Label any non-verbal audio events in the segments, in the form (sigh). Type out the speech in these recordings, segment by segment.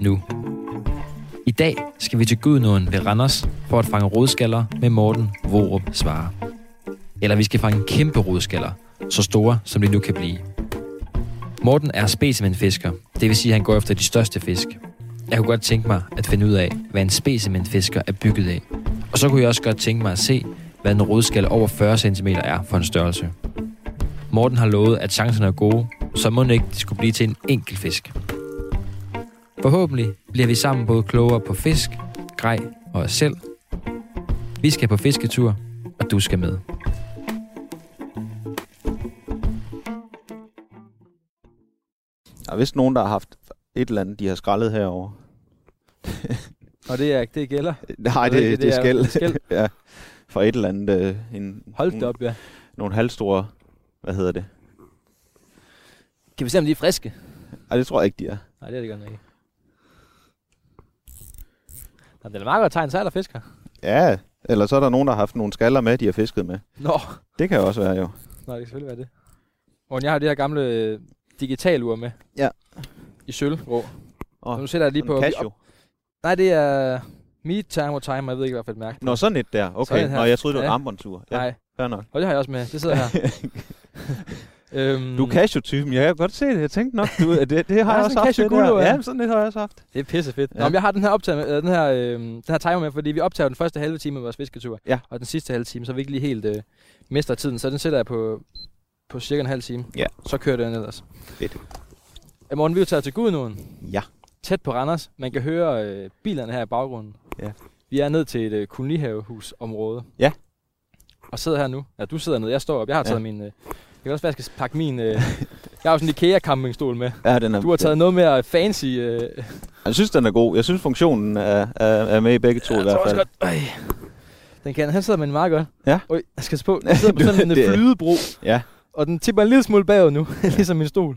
nu. I dag skal vi til Gudnåen ved Randers for at fange rodskaller med Morten Vorup Svare. Eller vi skal fange kæmpe rodskaller, så store som de nu kan blive. Morten er specimenfisker, det vil sige, at han går efter de største fisk. Jeg kunne godt tænke mig at finde ud af, hvad en specimenfisker er bygget af. Og så kunne jeg også godt tænke mig at se, hvad en rodskalle over 40 cm er for en størrelse. Morten har lovet, at chancerne er gode, så må det ikke det skulle blive til en enkelt fisk. Forhåbentlig bliver vi sammen både klogere på fisk, grej og os selv. Vi skal på fisketur, og du skal med. Der er vist nogen, der har haft et eller andet, de har skrællet herover. (laughs) Og det er det gælder. Nej, Jeg det, ved ikke, det, det er skæld. skæld. (laughs) ja. For et eller andet. Øh, en, Hold nogle- da op, ja. Nogle halvstore, hvad hedder det? Kan vi se, om de er friske? Ej, det tror jeg ikke, de er. Nej, det er det godt nok ikke. Jamen, det er meget godt tegn, så er der fisk her. Ja, eller så er der nogen, der har haft nogle skaller med, de har fisket med. Nå, Det kan jo også være jo. Nå det kan selvfølgelig være det. Og jeg har det her gamle øh, digital ur med. Ja. I sølvgrå. Åh, Og nu sætter jeg lige Sådan på... en vi Casio. op- Nej, det er Meet Time og Time, jeg ved ikke, hvad for et mærke. Nå, sådan et der. Sådan Okay. her. Nå, jeg troede, det var en Ja. armbåndsur. Ja. Ja, Nej, fair nok. og det har jeg også med. Det (laughs) sidder her. øhm, Du er Casio-typen. Jeg kan godt se det. Jeg tænkte nok, du, det, det, det har Ja, jeg også sådan en haft. Det Casio-guldur, der. ja. Ja, sådan et har jeg også haft. Det er pisse fedt. Ja. Ja. Nå, men jeg har den her, optag med, øh, den, her, øh, den her timer med, fordi vi optager den første halve time af vores fisketur. Ja. Og den sidste halve time, så vi ikke lige helt øh, mister tiden. Så den sætter jeg på, på cirka en halv time. Ja. Så kører den ellers. Fedt. I morgen, vi er jo taget til Gudnåen, Ja. tæt på Randers. Man kan høre øh, bilerne her i baggrunden. Ja. Vi er ned til et øh, kolonihavehusområde. Ja. Og sidder her nu. Ja, du sidder ned. Jeg står op. Jeg har Ja. taget min... Øh, jeg kan også være, jeg skal pakke min... Øh, jeg har jo sådan en IKEA-campingstol med. Ja, den er, Du har taget noget mere fancy... Øh, Jeg synes, den er god. Jeg synes, funktionen er, er, er med i begge to i hvert fald. Godt. Øj. Den kan, han sidder med den meget godt. Ja. Øj, jeg skal (laughs) spå. Jeg sidder på Du- sådan en det er- flydebro, Ja. og den tipper en lille smule bagud nu, (laughs) ligesom min stol.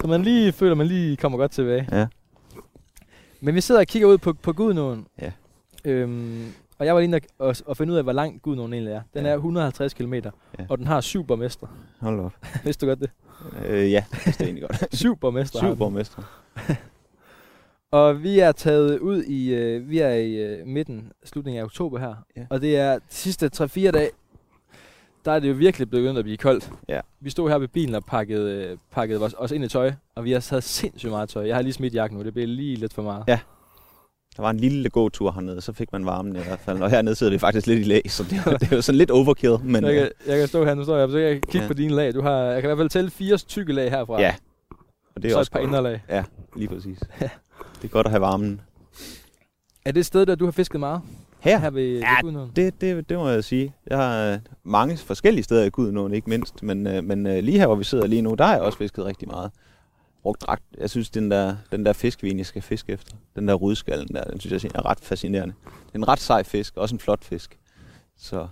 Så man lige føler, man lige kommer godt tilbage. Ja. Men vi sidder og kigger ud på, på Gudnåen. Ja. Øhm, og jeg var lige inde og, og, og finde ud af, hvor lang Gudnåen egentlig er. Den Ja. er 150 km, ja. Ja. og den har syv borgmester. Hold op. Vidste du godt (laughs) det? Øh, ja, det er egentlig (laughs) godt. Syv borgmester har Syv den. borgmestre. Og vi er taget ud i, øh, vi er i øh, midten, slutningen af oktober her. Ja. Og det er de sidste 3-4 dage, der er det jo virkelig begyndt at blive koldt. Ja. Vi stod her ved bilen og pakkede, øh, pakkede os, os ind i tøj, og vi har taget sindssygt meget tøj. Jeg har lige smidt jakken nu, det blev lige lidt for meget. Ja. Der var en lille gåtur hernede, så fik man varmen i hvert fald. Og hernede sidder vi faktisk lidt i læ, så det, var- det var sådan lidt overkill. Men jeg, øh, kan, jeg kan stå her, nu står jeg, så jeg kan kigge Ja. på dine lag. Du har, jeg kan i hvert fald tælle fire tykke lag herfra. ja, og det er så også et par godt. inderlag. Lige (laughs) præcis. Det er godt at have varmen. Er det et sted, der du har fisket meget? Her, Her ved, Ja, ved Gudenåen? det, det, det må jeg sige. Jeg har øh, mange forskellige steder i Gudenåen, ikke mindst. Men, øh, men øh, lige her, hvor vi sidder lige nu, der har jeg også fisket rigtig meget. Brugt ret. Jeg synes, den der, den der fisk, vi egentlig skal fiske efter, den der rudskallen der, den synes jeg er ret fascinerende. Det er en ret sej fisk, også en flot fisk. Så,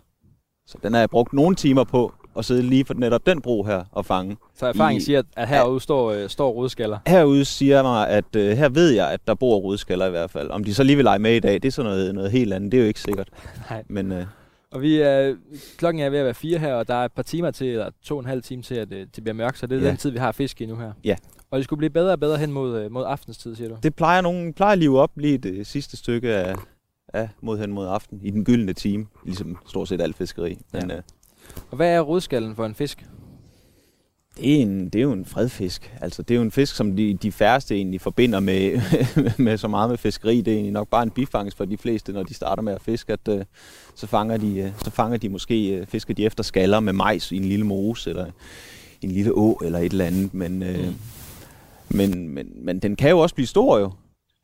så den har jeg brugt nogle timer på at sidde lige for netop den bro her og fange. Så erfaringen i- siger, at- at herude står, øh, står rodskaller. Herude siger jeg mig, at øh, her ved jeg, at der bor rudskaller i hvert fald. Om de så lige vil lege med i dag, det er sådan noget, noget helt andet. Det er jo ikke sikkert. Nej. Men øh, Og vi er, klokken er ved at være fire her, og der er et par timer til, eller to og en halv time til, at øh, det bliver mørkt, så det er Ja. den tid, vi har fisk i nu her. Ja. Og det skulle blive bedre og bedre hen mod, øh, mod aftenstid, siger du. Det plejer nogen plejer at live op lige det sidste stykke af, af mod hen mod aften, i den gyldne time, ligesom stort set alt fiskeri. Men, ja. øh, Og hvad er rodskallen for en fisk? det, er en, det er jo en fredfisk. Altså, det er jo en fisk, som de, de færreste egentlig forbinder med, med (laughs) så meget med fiskeri. Det er egentlig nok bare en bifangst for de fleste, når de starter med at fiske, at øh, så, fanger de, øh, så fanger de måske, øh, fisker de efter skaller med majs i en lille mose, eller i en lille å, eller et eller andet. Men, øh, Mm. mm. men, men, men den kan jo også blive stor jo.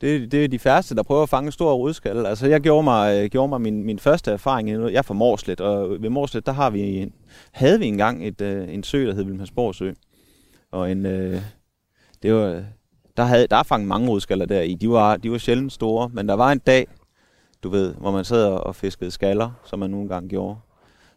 Det, det er de færreste, der prøver at fange store rødskalle. Altså, jeg gjorde mig, øh, gjorde mig min, min første erfaring. i noget- Jeg er fra Morslet, og ved Morslet, der har vi en, havde vi engang et, øh, en sø, der hed Vilhelmsborg Sø. Og en, øh, det var, der, havde, der er fanget mange rodskaller der i. De var, de var sjældent store, men der var en dag, du ved, hvor man sad og og fiskede skaller, som man nogle gange gjorde.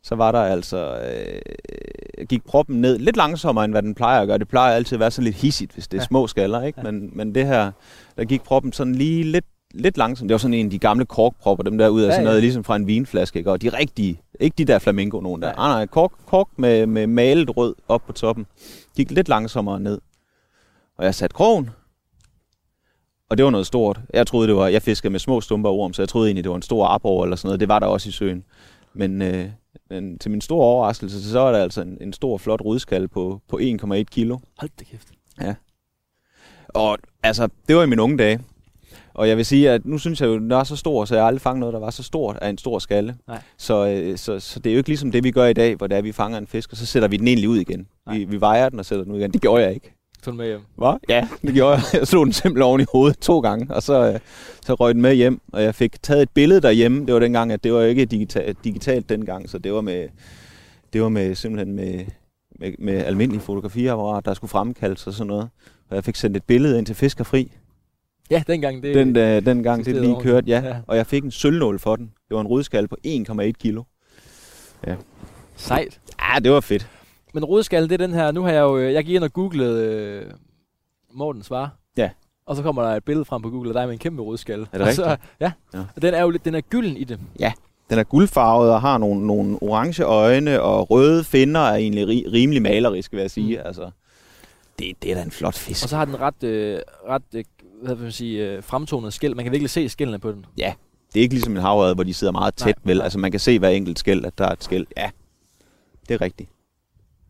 Så var der altså, øh, gik proppen ned lidt langsommere, end hvad den plejer at gøre. Det plejer altid at være sådan lidt hissigt, hvis det er Ja. små skaller, ikke? Men, men det her, der gik proppen sådan lige lidt, lidt langsomt. Det var sådan en af de gamle korkpropper, dem der ud af Ja, sådan ja. noget, ligesom fra en vinflaske, ikke? Og de rigtige, ikke de der flamingo nogen der. Ah, Nej. Nej, nej, kork, kork med, med malet rød op på toppen. Gik lidt langsommere ned. Og jeg satte krogen, og det var noget stort. Jeg troede, det var, jeg fiskede med små stumper af orm, så jeg troede egentlig, det var en stor aborre eller sådan noget. Det var der også i søen. Men, øh, men til min store overraskelse, så var der altså en, en stor, flot rodskal på, på 1,1 kilo. Hold da kæft. Og altså, det var i mine unge dage. Og jeg vil sige, at nu synes jeg jo, den er så stor, så jeg har aldrig fanget noget, der var så stort af en stor skalle. Nej. Så, øh, så, så det er jo ikke ligesom det, vi gør i dag, hvor det er, vi fanger en fisk, og så sætter vi den egentlig ud igen. Nej. Vi, vi vejer den og sætter den ud igen. Det gjorde jeg ikke. Tog den med hjem. Hvad? Ja, det gjorde jeg. Jeg slog den simpelthen oven i hovedet to gange, og så, øh, så røg den med hjem, og jeg fik taget et billede derhjemme. Det var dengang, at det var ikke digita- digitalt dengang, så det var med, det var med simpelthen med, med, med almindelige fotografiapparater, der skulle fremkaldes og sådan noget. Og jeg fik sendt et billede ind til Fiskerfri, Ja, dengang det... den, øh, den gang det eksisterede lige ordentligt. kørte, ja. Ja. Og jeg fik en sølvnål for den. Det var en rødskal på 1,1 kilo. Sejt. Ja, det var fedt. Men rodeskallen, det er den her. Nu har jeg jo... øh, Jeg gik ind og googlede øh, Mortens svar. Ja. Og så kommer der et billede frem på Google af dig med en kæmpe rodskalle. det Og så, ja. Ja. ja. Og den er jo lidt, den er gylden i det. Den er guldfarvet og har nogle, nogle orange øjne, og røde finner er egentlig ri- rimelig malerisk, vil jeg sige. Mm. Altså, det, det er da en flot fisk. Og så har den ret, øh, ret øh, hvad vil man sige, øh, fremtonet skæld. Man kan virkelig se skældene på den. Det er ikke ligesom en havrede, hvor de sidder meget tæt, Nej, vel? nej. Altså, man kan se hver enkelt skæld, at der er et skæld. Ja, det er rigtigt.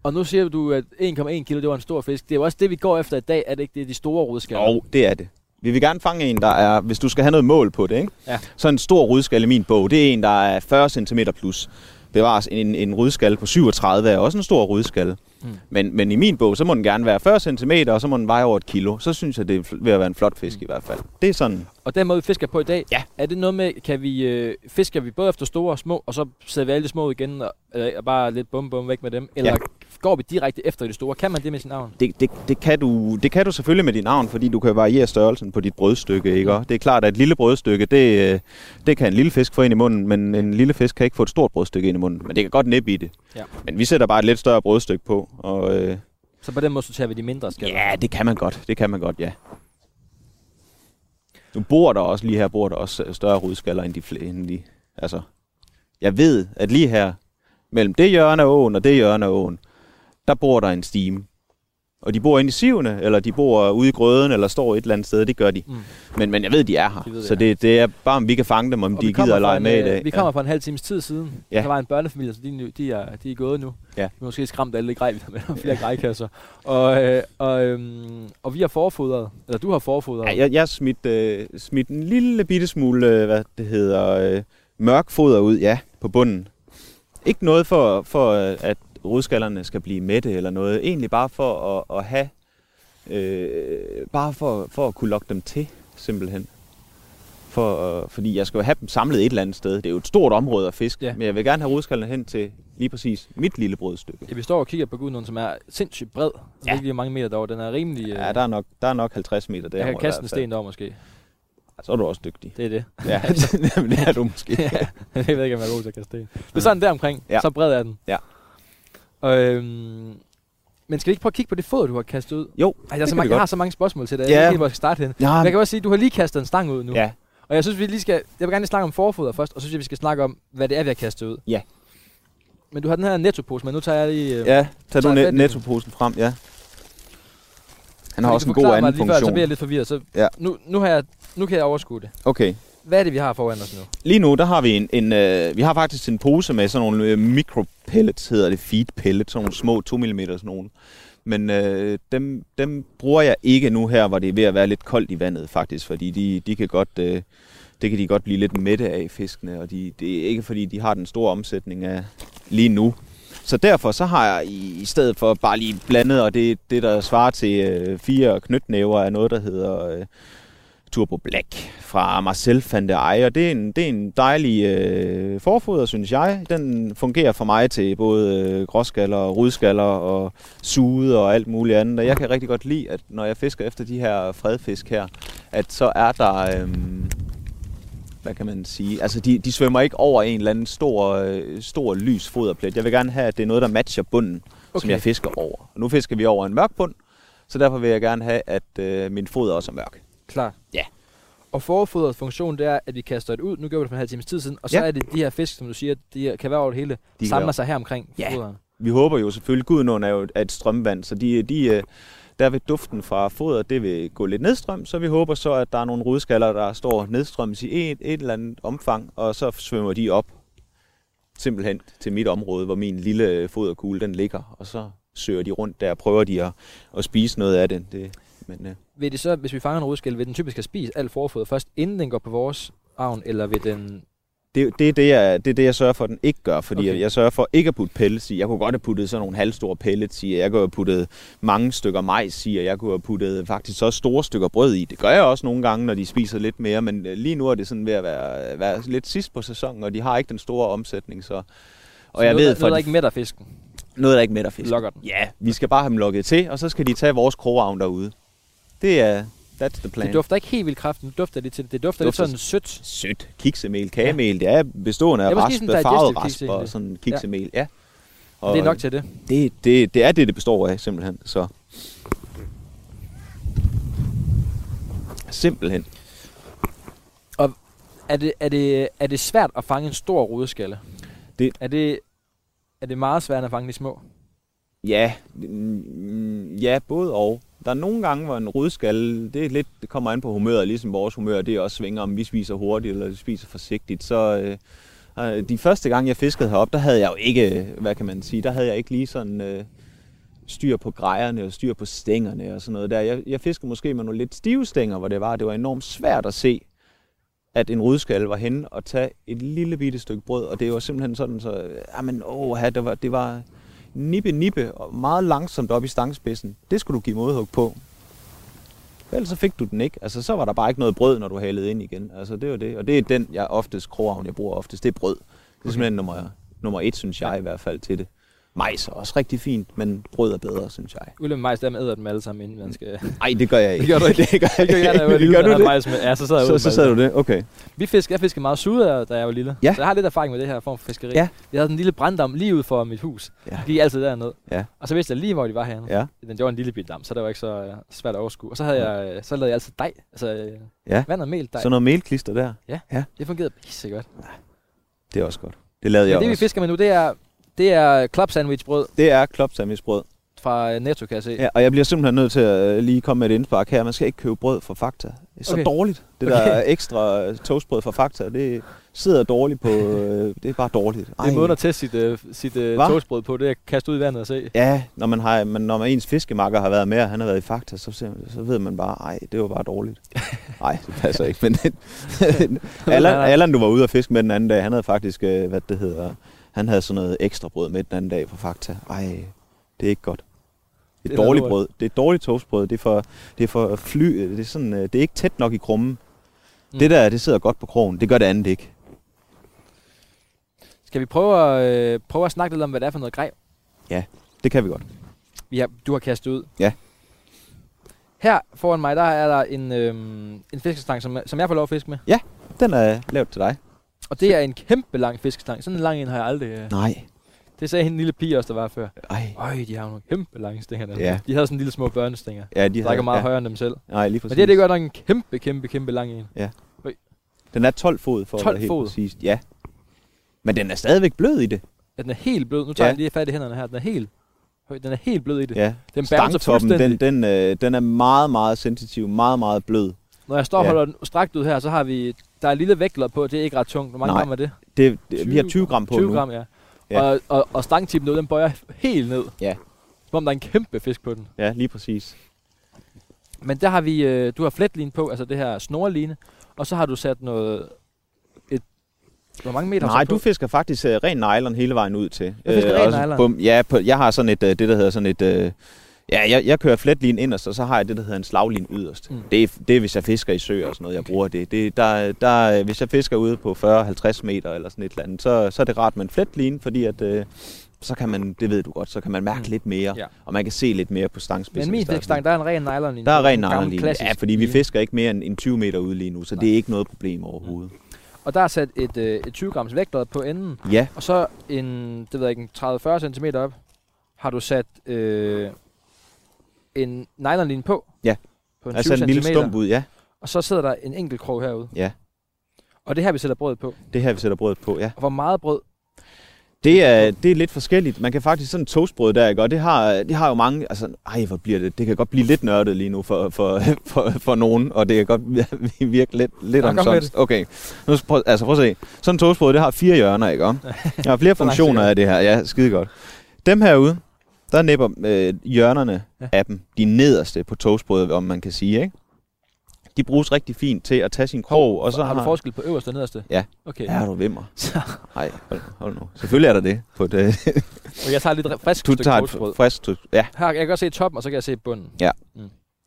Og nu siger du, at 1,1 kilo, det var en stor fisk. Det er jo også det, vi går efter i dag, er det ikke? Det er de store rodskaller. Og det er det. Vi vil gerne fange en, der er, hvis du skal have noget mål på det, ikke? Ja. så en stor rydskalle i min bog, det er en, der er 40 cm plus. Bevares en, en rydskalle på 37 er også en stor rydskalle. Mm. Mm. Men, men i min bog, så må den gerne være 40 cm, og så må den veje over et kilo. Så synes jeg, det er fl- ved at være en flot fisk mm. i hvert fald. Det er sådan, Og den måde, vi fisker på i dag, Ja. er det noget med, kan vi, øh, fisker vi både efter store og små, og så sætter vi alle de små ud igen, og, øh, og bare lidt bum bum væk med dem? Eller Ja. ja. går vi direkte efter de store? Kan man det med sin navn? det, det, det, kan du, det kan du selvfølgelig med din navn, fordi du kan variere størrelsen på dit brødstykke. Ikke? Og det er klart, at et lille brødstykke, det, øh, det kan en lille fisk få ind i munden, men en lille fisk kan ikke få et stort brødstykke ind i munden. Men det kan godt næppe i det. Ja. Men vi sætter bare et lidt større brødstykke på, og... Øh, Så på den måde sorterer vi de mindre skaller. Ja, det kan man godt. Det kan man godt, ja. Nu bor der også, lige her bor der også øh, større rudskaller end de, fl- end de altså, jeg ved, at lige her, mellem det hjørne af åen og det hjørne af åen, der bor der en stime. Og de bor inde i sivene, eller de bor ude i grøden, eller står et eller andet sted, det gør de. Mm. Men, men jeg ved, de er her. De ved, de så er det, det er bare, om vi kan fange dem, om Og de vi kommer gider at fra lege en, med i øh, dag. Vi kommer ja. for en halv times tid siden. Ja. Ja. Der var en børnefamilie, så de, er nu- de, er, de er gået nu. Ja. Vi har måske skræmt alle de grej, vi har med (laughs) og flere grejkasser. Og, øh, og, øhm, og vi har forfodret, eller du har forfodret. Ja, jeg, jeg smidt, øh, smidt en lille bitte smule, øh, hvad det hedder, øh, mørk foder ud, ja, på bunden. Ikke noget for, for øh, at rodskallerne skal blive mætte eller noget. Egentlig bare for at, at have, øh, bare for, for at kunne lokke dem til, simpelthen. For, øh, fordi jeg skal jo have dem samlet et eller andet sted. Det er jo et stort område at fiske, ja. Ja. men jeg vil gerne have rodskallerne hen til lige præcis mit lille brødstykke. Ja, vi står og kigger på guden, som er sindssygt bred. Ja. Jeg ved ikke, hvor mange meter derovre. Den er rimelig... øh, Ja, der er nok, der er nok 50 meter derovre. jeg kan i kaste en hvert fald. sten derovre måske. Så er du også (laughs) dygtig. Det er det. Ja, Jamen, det er du måske. (laughs) jeg ved ikke, om jeg er god til at kaste sten. Det er sådan der omkring. Ja. Ja. Så bred er den. Ja. Og, øhm, men skal vi ikke prøve at kigge på det fod, du har kastet ud? Jo, Ej, der er kan så vi mange, godt. jeg har så mange spørgsmål til dig. Ja. Jeg ved ikke, helt, hvor jeg skal starte henne. Ja, Men jeg kan også sige, at du har lige kastet en stang ud nu. ja, Og jeg synes, vi lige skal... Jeg vil gerne lige snakke om forfoder først, og så synes jeg, vi skal snakke om, hvad det er, vi har kastet ud. Ja. Men du har den her nettopose, men nu tager jeg lige... øh, Ja, tag du tager net- fat i- nettoposen frem, ja. Han har du også kan en god forklare mig anden lige Før, så funktion. bliver jeg lidt forvirret. Så Ja. nu, nu, har jeg, nu kan jeg overskue det. Okay. Hvad er det, vi har foran os nu? Lige nu, der har vi en, en øh, vi har faktisk en pose med sådan nogle øh, mikropellets, hedder det, feed pellets, sådan nogle små 2 mm sådan nogle. Men øh, dem, dem bruger jeg ikke nu her, hvor det er ved at være lidt koldt i vandet faktisk, fordi de, de kan godt, øh, det kan de godt blive lidt mætte af fiskene, og de, det er ikke fordi, de har den store omsætning af lige nu. Så derfor så har jeg i, i stedet for bare lige blandet, og det, det der svarer til øh, fire knytnæver af noget, der hedder øh, Turbo Black fra Marcel van der Ey, og det er en, det er en dejlig øh, forfoder, synes jeg. Den fungerer for mig til både øh, gråskaller og rudskaller og sude og alt muligt andet. Og jeg kan rigtig godt lide, at når jeg fisker efter de her fredfisk her, at så er der... Øh, hvad kan man sige? Altså, de, de svømmer ikke over en eller anden stor, øh, stor lys foderplet. Jeg vil gerne have, at det er noget, der matcher bunden, okay. som Okay. jeg fisker over. Og nu fisker vi over en mørk bund, så derfor vil jeg gerne have, at øh, min foder også er mørk. Klar. Ja. Og forfoderets funktion, det er, at vi kaster det ud. Nu gør vi det for en halv times tid siden. Og så Ja. ja. er det de her fisk, som du siger, de her, kan være over det hele, kan de være- samler sig her omkring Ja. foderen. Vi håber jo selvfølgelig, Gudenåen er jo er et strømvand, så de, de, øh, der vil duften fra foder, det vil gå lidt nedstrøm, så vi håber så, at der er nogle rudskaller, der står nedstrøms i et, et eller andet omfang, og så svømmer de op simpelthen til mit område, hvor min lille øh, foderkugle den ligger, og så søger de rundt der, og prøver de at, at spise noget af det. det men, øh, Vil det så, hvis vi fanger en rodskæl, vil den typisk have spist alt forfoder først, inden den går på vores avn, eller vil den... det, det, er det, jeg, det er det, jeg sørger for, at den ikke gør, fordi Okay. okay. jeg sørger for ikke at putte pellets i. Jeg kunne godt have puttet sådan nogle halvstore pellets i, og jeg kunne have puttet mange stykker majs i, og jeg kunne have puttet faktisk så store stykker brød i. Det gør jeg også nogle gange, når de spiser lidt mere, men øh, lige nu er det sådan ved at være, være lidt sidst på sæsonen, og de har ikke den store omsætning, så... Og så jeg noget, ved, der, for noget, der de- ikke mætter fisken. noget, der ikke mætter fisk. Lokker den. Ja, vi skal bare have dem lukket til, og så skal de tage vores krogavn derude. Det er... That's the plan. Det dufter ikke helt vildt kraften, det dufter lidt til det. Det dufter, Dufter lidt sådan sødt. sødt kiksemel, kagemel. Ja. Det er bestående af Ja, måske rasp, sådan digestive farvet kiks, rasp og egentlig. sådan kiksemel. Ja. Og det er nok til det. Det, det, det er det, det består af, simpelthen. Så. Simpelthen. Er det, er det, er det svært at fange en stor rodeskalle? Det- Er det, er det meget svært at fange de små? Ja, mm, ja, både og. Der er nogle gange, hvor en rødskalle, det, er lidt, det kommer an på humøret, ligesom vores humør, det også svinger, om vi spiser hurtigt eller vi spiser forsigtigt. Så øh, øh, de første gange, jeg fiskede herop, der havde jeg jo ikke, hvad kan man sige, der havde jeg ikke lige sådan øh, styr på grejerne og styr på stængerne og sådan noget der. Jeg, jeg fiskede måske med nogle lidt stive stænger, hvor det var, det var enormt svært at se, at en rødskalle var henne og tage et lille bitte stykke brød, og det var simpelthen sådan, så, øh, jamen, åh, det var, det var, nippe, nippe og meget langsomt op i stangspidsen. Det skulle du give modhug på. Ellers så fik du den ikke. Altså, så var der bare ikke noget brød, når du halede ind igen. Altså, det var det. Og det er den, jeg oftest, krogavn, jeg bruger oftest, det er brød. Det er simpelthen nummer, nummer et, synes jeg i hvert fald, til det. Majs er også rigtig fint, men brød er bedre, synes jeg. Ulle med majs, der med æder dem alle sammen, inden Mm. man skal... Nej, det (laughs) gør jeg ikke. Det gør du ikke. det gør, Det gør jeg, da jeg var lille, gør der du havde det? Majs med. Ja, så sad jeg Så, ude så med sagde det. du det? Okay. Vi fisk, jeg fiskede meget sude, da jeg var lille. Ja. Så jeg har lidt erfaring med det her form for fiskeri. Ja. Jeg havde en lille branddam lige ude for mit hus. Ja. Lige altid dernede. Ja. Og så vidste jeg lige, hvor de var herne. Ja. Men det var en lille bitte dam, så det var ikke så øh, svært at overskue. Og så, havde jeg, øh, så lavede jeg altid dej. Altså øh, Ja. vand og mel dej. Så noget melklister der, Det fungerede pisse godt. det er også godt. Det lavede Men jeg det vi også. fisker med nu, det er, det er club sandwichbrød Det er klopsammisbrød. fra øh, Netto, kan jeg se. Ja, og jeg bliver simpelthen nødt til at øh, lige komme med et indspark her. Man skal ikke købe brød fra Fakta. Det er så Okay. okay. dårligt. Det okay. der ekstra øh, toastbrød fra Fakta, det sidder dårligt (laughs) på... øh, Det er bare dårligt. Det er måden at teste sit, øh, sit øh, Hva? toastbrød på, det er at kaste ud i vandet og se. Ja, når, man har, men når man ens fiskemakker har været med, og han har været i Fakta, så, ser man- så ved man bare, nej, det var bare (laughs) dårligt. Nej, det passer ikke. Men Allan, Allan, du var ude og fiske med den anden dag, han havde faktisk, øh, hvad det hedder, han havde sådan noget ekstra brød med den anden dag fra Fakta. Ej, det er ikke godt. Det er Det er dårligt lort. brød. Det er dårligt toastbrød. Det er for, det er for fly. Det er, sådan, øh, det er ikke tæt nok i krummen. Mm. Mm. Det der, det sidder godt på krogen. Det gør det andet ikke. Skal vi prøve at, øh, prøve at snakke lidt om, hvad det er for noget grej, Det kan vi godt. vi har, du har kastet ud? Ja. Her foran mig, der er der en, øhm, en fiskestang, som, som jeg får lov at fiske med. Den er lavet til dig. Og det er en kæmpe lang fiskestang. Sådan en lang en har jeg aldrig... Øh. Nej. Det sagde hende lille pige også, der var før. Ej. Øj, de har jo nogle kæmpe lange stænger. Der. Ja. De havde sådan en lille små børnestænger. Ja, de De rækker meget ja. ja. højere end dem selv. Nej, lige præcis. Men det her, det er godt nok en kæmpe, kæmpe, kæmpe lang en. Den er 12 fod for 12 at være helt fod. præcist. Ja. Men den er stadigvæk blød i det. Ja, den er helt blød. Nu tager Ja. ja. jeg lige fat i hænderne her. Den er helt... Høj, den er helt blød i det. Ja. Ja. Den bouncer Stangtoppen, fuldstændig. den, den, øh, den er meget, meget sensitiv, meget, meget blød. Når jeg står og Ja. holder den strakt ud her, så har vi... Der er en lille vægtlod på, det er ikke ret tungt. Hvor mange Nej. gram er det? Det, det, vi har 20 20 gram på 20 nu. gram, ja. Ja. ja. Og, og, og stangtippen nu, den bøjer helt ned. Ja. Som om der er en kæmpe fisk på den. Ja, lige præcis. Men der har vi... Øh, du har fletline på, altså det her snorline. Og så har du sat noget... Et, hvor mange meter har Nej, sat på? du fisker faktisk uh, ren nylon hele vejen ud til. Jeg fisker Øh, ren også nylon. øh, Bum, ja, på, jeg har sådan et, uh, det der hedder sådan et, uh, Ja, jeg, jeg kører fletlin inderst, og så har jeg det, der hedder en slaglin yderst. Mm. Mm. Det, er, det er, hvis jeg fisker i søer og sådan noget, jeg bruger det. det der, der, hvis jeg fisker ude på 40-50 meter eller sådan et eller andet, så, så er det rart med en fletlin, fordi at, øh, så kan man, det ved du godt, så kan man mærke Mm. mm. lidt mere, Ja. ja. og man kan se lidt mere på stangspidsen. Men min hvis der er sådan- fiskestang, der er en ren nylonlinje. der er ren En gammel nylonline. klassisk Ja, fordi vi linje. fisker ikke mere end, end 20 meter ude lige nu, så Nej. det er ikke noget problem overhovedet. Og der er sat et, øh, et 20 grams vægtlod på enden, Ja, og så en, det ved jeg ikke, en 30-40 cm op, har du sat øh, en nylonlinje på. Ja. På en altså 20 en lille centimeter. stump ud, ja. Og så sidder der en enkelt krog herude. Ja. Og det er her, vi sætter brødet på. Det er her, vi sætter brødet på, ja. Og hvor meget brød? Det er, det er lidt forskelligt. Man kan faktisk sådan et toastbrød der, ikke? og det har, det har jo mange... Altså, ej, hvor bliver det? Det kan godt blive lidt nørdet lige nu for, for, for, for nogen, og det kan godt (laughs) virke lidt, lidt Ja, kom med omsonst. Okay, nu skal- prøv, altså, prøv at se. Sådan et toastbrød, det har fire hjørner, ikke? Og der (laughs) har flere Så langt funktioner sikkert. af det her. Ja, skide godt. Dem herude, der nipper øh, hjørnerne Ja. ja. af dem, de nederste på toastbrødet, om man kan sige, ikke? De bruges rigtig fint til at tage sin krog, og så har, du forskel på øverste og nederste? Ja. Okay. Ja, du vimmer. Så, Nej, hold, hold nu. Selvfølgelig er der det på et, øh, og jeg tager lidt re- frisk Du stykke tager toastbrød. et frisk toast. Ja, Her, jeg kan godt se toppen, og så kan jeg se bunden.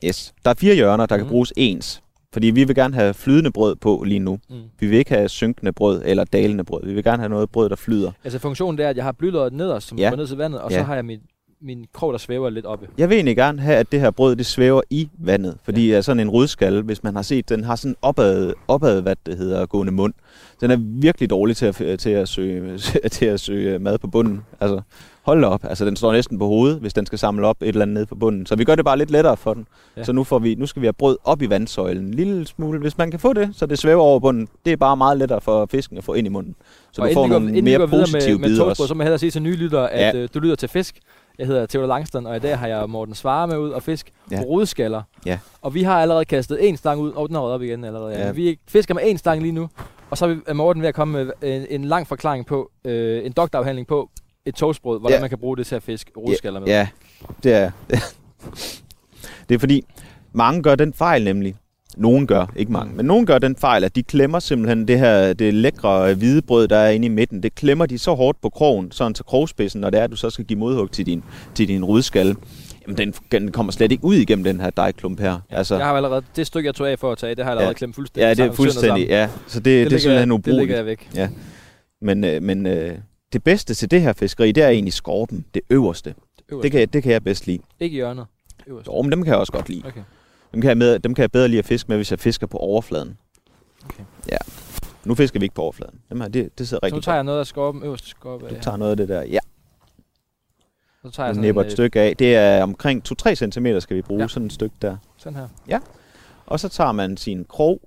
yes. Der er fire hjørner, der mm. Mhm. kan bruges ens. Fordi vi vil gerne have flydende brød på lige nu. Mm. Vi vil ikke have synkende brød eller dalende brød. Vi vil gerne have noget brød, der flyder. Altså funktionen det er, at jeg har blyloddet nederst, som Ja. går ned til vandet, og så Ja. har jeg min, min krog, der svæver lidt oppe. Jeg vil egentlig gerne have, at det her brød, det svæver i vandet. Fordi ja. sådan en rødskalle, hvis man har set, den har sådan en opad, opad hvad det hedder, gående mund. Den er virkelig dårlig til at, til at, søge, (laughs) til at søge øh, mad på bunden. Altså, hold da op. Altså, den står næsten på hovedet, hvis den skal samle op et eller andet nede på bunden. Så vi gør det bare lidt lettere for den. Ja. Ja. Så nu, får vi, nu skal vi have brød op i vandsøjlen en lille smule. Hvis man kan få det, så det svæver over bunden. Det er bare meget lettere for fisken at få ind i munden. Så og du får vi går, nogle vi går mere videre positive med, med bidder toastbrød, også. så må jeg hellere sige til nye lyttere, at Ja. øh, du lytter til Fisk. Jeg hedder Theodor Langstrand, og i dag har jeg Morten Svare med ud og Fisk ja. Ja. på rodeskaller. Ja. Og vi har allerede kastet en stang ud, og den har røget op igen allerede. Ja. Ja. Vi fisker med en stang lige nu, og så er vi- er Morten ved at komme med øh, en, en lang forklaring på, øh, en doktorafhandling på et toastbrød, hvordan ja. Ja. man kan bruge det til at fiske rodeskaller med. Ja, det er (laughs) Det er fordi, mange gør den fejl nemlig. Nogen gør, ikke mange, men nogen gør den fejl, at de klemmer simpelthen det her det lækre øh, hvide brød, der er inde i midten. Det klemmer de så hårdt på krogen, sådan til krogspidsen, når det er, at du så skal give modhug til din, til din rudskalle. Jamen, den, den kommer slet ikke ud igennem den her dejklump her. Altså, Jeg har jo allerede, det stykke, jeg tog af for at tage, det har jeg allerede ja. Ja. klemt fuldstændig ja, det er sammen, sønder sammen. fuldstændig, ja. Så det, det, det er ligger- simpelthen Det ubrugeligt. lægger jeg væk. Men, øh, men øh, det bedste til det her fiskeri, det er egentlig skorpen, det øverste. øverste. Det kan, det kan jeg bedst lide. Ikke i hjørnet. Øverst. Jo, men dem kan jeg også godt lide. Okay. Dem kan, jeg med, dem kan jeg bedre lide at fiske med, hvis jeg fisker på overfladen. Okay. Ja. Nu fisker vi ikke på overfladen. Dem her, det, det sidder Så nu rigtig tager jeg noget af skorpen, øverste skorpe. godt. Du tager noget af det der. Ja, så jeg tager jeg sådan nipper øh, et stykke af. Det er omkring 2-3 cm skal vi bruge Ja. ja. sådan et stykke der. øh, Sådan her. Og så tager man sin krog.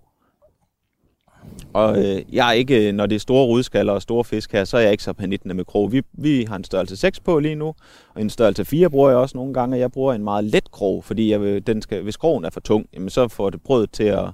Og øh, jeg er ikke, når det er store rudskaller og store fisk her, så er jeg ikke så panittende med krog. Vi, vi har en størrelse 6 på lige nu, og en størrelse 4 bruger jeg også nogle gange, og jeg bruger en meget let krog, fordi jeg, vil- den skal, hvis krogen er for tung, jamen så får det brød til at,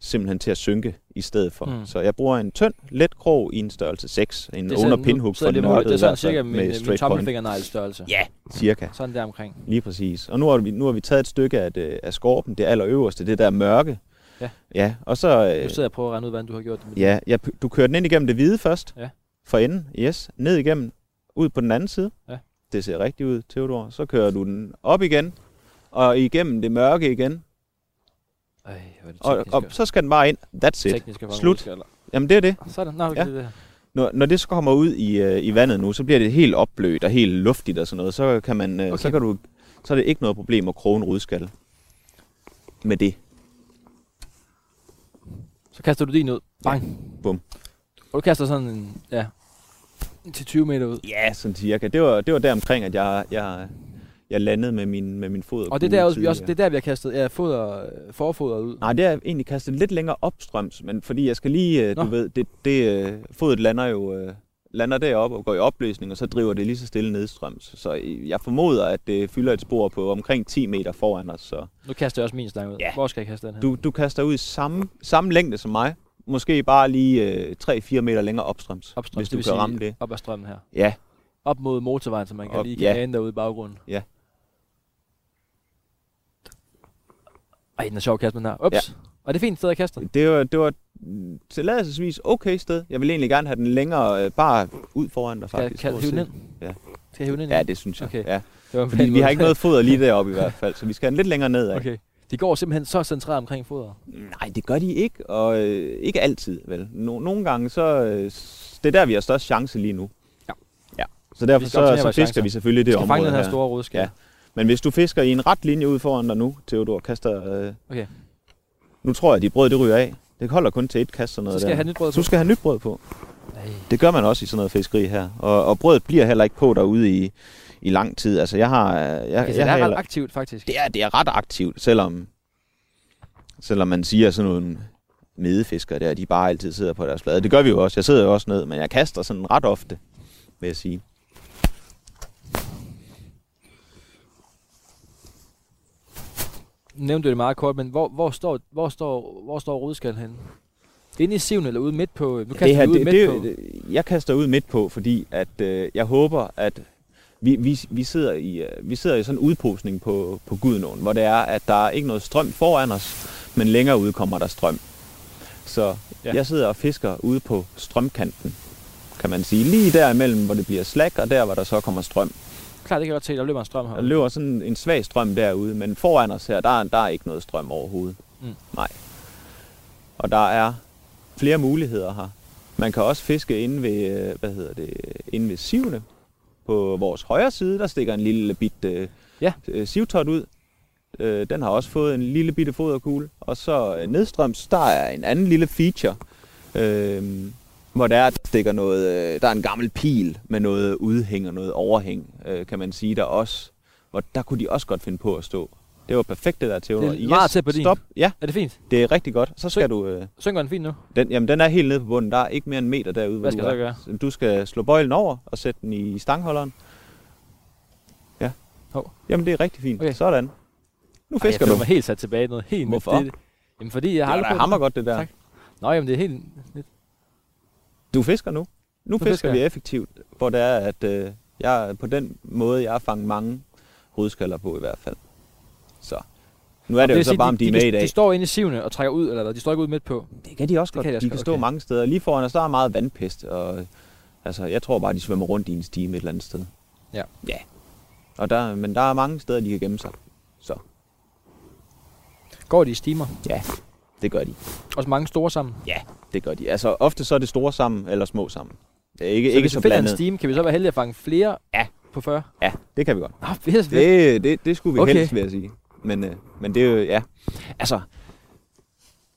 simpelthen til at synke i stedet for. Mm. Mm. Så jeg bruger en tynd, let krog i en størrelse 6, en sådan- under nu pinhook sidder for jeg den lige med- nørdede Det er i sådan hvert cirka fald min, med min straight point. tommelfingernegl størrelse. Ja. Øh. Cirka. Sådan der omkring. Lige præcis. Og nu har vi, nu har vi taget et stykke af, det, af skorpen, det allerøverste, det der mørke. Ja. ja og så, Nu øh, sidder jeg og prøver at regne ud, hvordan du har gjort det. med Ja, jeg, p- du kører den ind igennem det hvide først. Ja. For enden, yes. Ned igennem, ud på den anden side. Ja. Det ser rigtigt ud, Theodor. Så kører du den op igen, og igennem det mørke igen. det. Ej, hvor er det Og, teknisk. og så skal den bare ind. That's it. teknisk at fange Slut. rødskaller. Jamen, det er det. Sådan. Nå, okay, Ja. det er det her. Når, når det så kommer ud i, øh, i vandet nu, så bliver det helt opblødt og helt luftigt og sådan noget. Så kan, man, øh, Okay. så kan du, så er det ikke noget problem at kroge en rudskalle med det. Så kaster du din ud. Bang. Bum. Og du kaster sådan en, ja, til 20 meter ud. Ja, sådan cirka. Det var, det var deromkring, at jeg, jeg, jeg landede med min, med min fod. Og det er der, også, vi også, det er der, vi har kastet ja, foder, forfodret ud. Nej, det er egentlig kastet lidt længere opstrøms, men fordi jeg skal lige, øh, du Nå. ved, det, det, øh, fodet lander jo øh, lander deroppe og går i opløsning, og så driver det lige så stille nedstrøms. Så øh, jeg formoder, at det fylder et spor på omkring 10 meter foran os. Så Nu kaster jeg også min stang ud. Ja. Hvor skal jeg kaste den her? du, du kaster ud i samme, samme længde som mig, måske bare lige øh, 3-4 meter længere opstrøms, Opstrøms, hvis det du vil kan sige- ramme det. Op ad strømmen her. Ja, Op mod motorvejen, så man kan Op- lige kan ja. ja. derude i baggrunden. Ja. Ej, den er sjov at kaste med den her. Ups. Ja. Og det er et fint sted at kaste den. det var, det var mm, tilladelsesvis okay sted. Jeg vil egentlig gerne have den længere, øh, bare ud foran dig Skal jeg faktisk. kan, stort hive den set. ind? Ja. Skal jeg hive den ind? Ja, det synes jeg. Okay. Ja. For Det var en Fordi pæn vi har måde. ikke noget foder lige (laughs) deroppe i hvert fald, så vi skal lidt længere nedad. Okay. Okay. De går simpelthen så centreret omkring fodret. Nej, det gør de ikke, og øh, ikke altid vel. No, nogle gange, så øh, s- det er der, vi har størst chance lige nu. Ja. ja. Så derfor Vi skal så, optimere så vores chancer. fisker vi selvfølgelig De det skal fange område den her her. store rodskab. Ja. Men hvis du fisker i en ret linje ud foran dig nu, Theodor, kaster... Øh, Okay. Nu tror jeg, at de brød, det ryger af. Det holder kun til et kast sådan Så noget skal jeg der. have nyt brød så på. du skal have nyt brød på. Nej. Det gør man også i sådan noget fiskeri her. Og, og brødet bliver heller ikke på derude i, i lang tid. Altså, jeg har... øh, Jeg, jeg, Okay, så jeg det har er ret heller- aktivt, faktisk. det er, det er ret aktivt, selvom, selvom man siger sådan nogle medefiskere der, de bare altid sidder på deres blade. Det gør vi jo også. Jeg sidder jo også ned, men jeg kaster sådan ret ofte, vil jeg sige. Nu nævnte du det meget kort, men hvor, hvor står, hvor står, hvor står rodskalen henne? Inde i siven eller ude midt på? Nu kaster det her, du ud det, midt det, på. det, jeg kaster ud midt på, fordi at øh, jeg håber, at vi, vi, vi, sidder i, øh, vi sidder i sådan en udposning på, på Gudnåen, hvor det er, at der er ikke noget strøm foran os, men længere ude kommer der strøm. Så Ja. ja. jeg sidder og fisker ude på strømkanten, kan man sige. Lige derimellem, hvor det bliver slack, og der, hvor der så kommer strøm. Klart, det kan jeg godt se, der løber en strøm her. Der løber sådan en svag strøm derude, men foran os her, der, er- der er ikke noget strøm overhovedet. Mm. Nej. Og der er flere muligheder her. Man kan også fiske inde ved, øh, hvad hedder det, inde ved sivene. På vores højre side, der stikker en lille bit øh, Ja. øh, sivtot ud. Øh, den har også fået en lille bitte foderkugle. Og så øh, nedstrøms, der er en anden lille feature, øh, hvor der, er, der stikker noget, øh, der er en gammel pil med noget udhæng og noget overhæng, øh, kan man sige, der også, hvor der kunne de også godt finde på at stå. Det var perfekt det der, Theodor. Det er meget tæt på din. Stop. Ja, Er det fint? det er rigtig godt. Så skal du... Øh, Synker den fint nu? den, jamen, den er helt nede på bunden. Der er ikke mere end en meter derude. Hvad hvor skal du jeg så er. gøre? Så Du skal slå bøjlen over og sætte den i stangholderen. Ja. Hov. Jamen, det er rigtig fint. Okay. Okay. Sådan. Nu Ej, jeg fisker føler du. mig helt sat tilbage i noget helt nyt. Hvorfor? Det, jamen fordi jeg har Det aldrig er prøvet det. hammer godt, det der. Tak. Nå, jamen det er helt... Du fisker nu. Nu, nu fisker, fisker vi jeg. effektivt, hvor det er, at øh, jeg på den måde, jeg har fanget mange rødskaller på i hvert fald. Så. Nu er det, vil jo så sige, bare, om de, de, er med kan- i dag. De står inde i sivene og trækker ud, eller hvad? De står ikke ud midt på. Det kan de også Det godt. kan de de, også de kan godt, stå okay. mange steder. Lige foran os, der er meget vandpest. Og, altså, jeg tror bare, de svømmer rundt i en stime et eller andet sted. Ja. Ja. Og der, men der er mange steder, de kan gemme sig. Så Går de i stimer? ja, det gør de. Også mange store sammen. Ja, det gør de. Altså, ofte så er det store sammen eller små sammen. Det er ikke Så så, ikke hvis vi så finder en blandet. stime, kan vi så være heldige at fange flere Ja. på 40? Ja, det kan vi godt. Nå, fedt, fedt. Det, det, det skulle vi Okay. okay. helst, vil jeg sige. Men, øh, men det er jo, ja. Altså,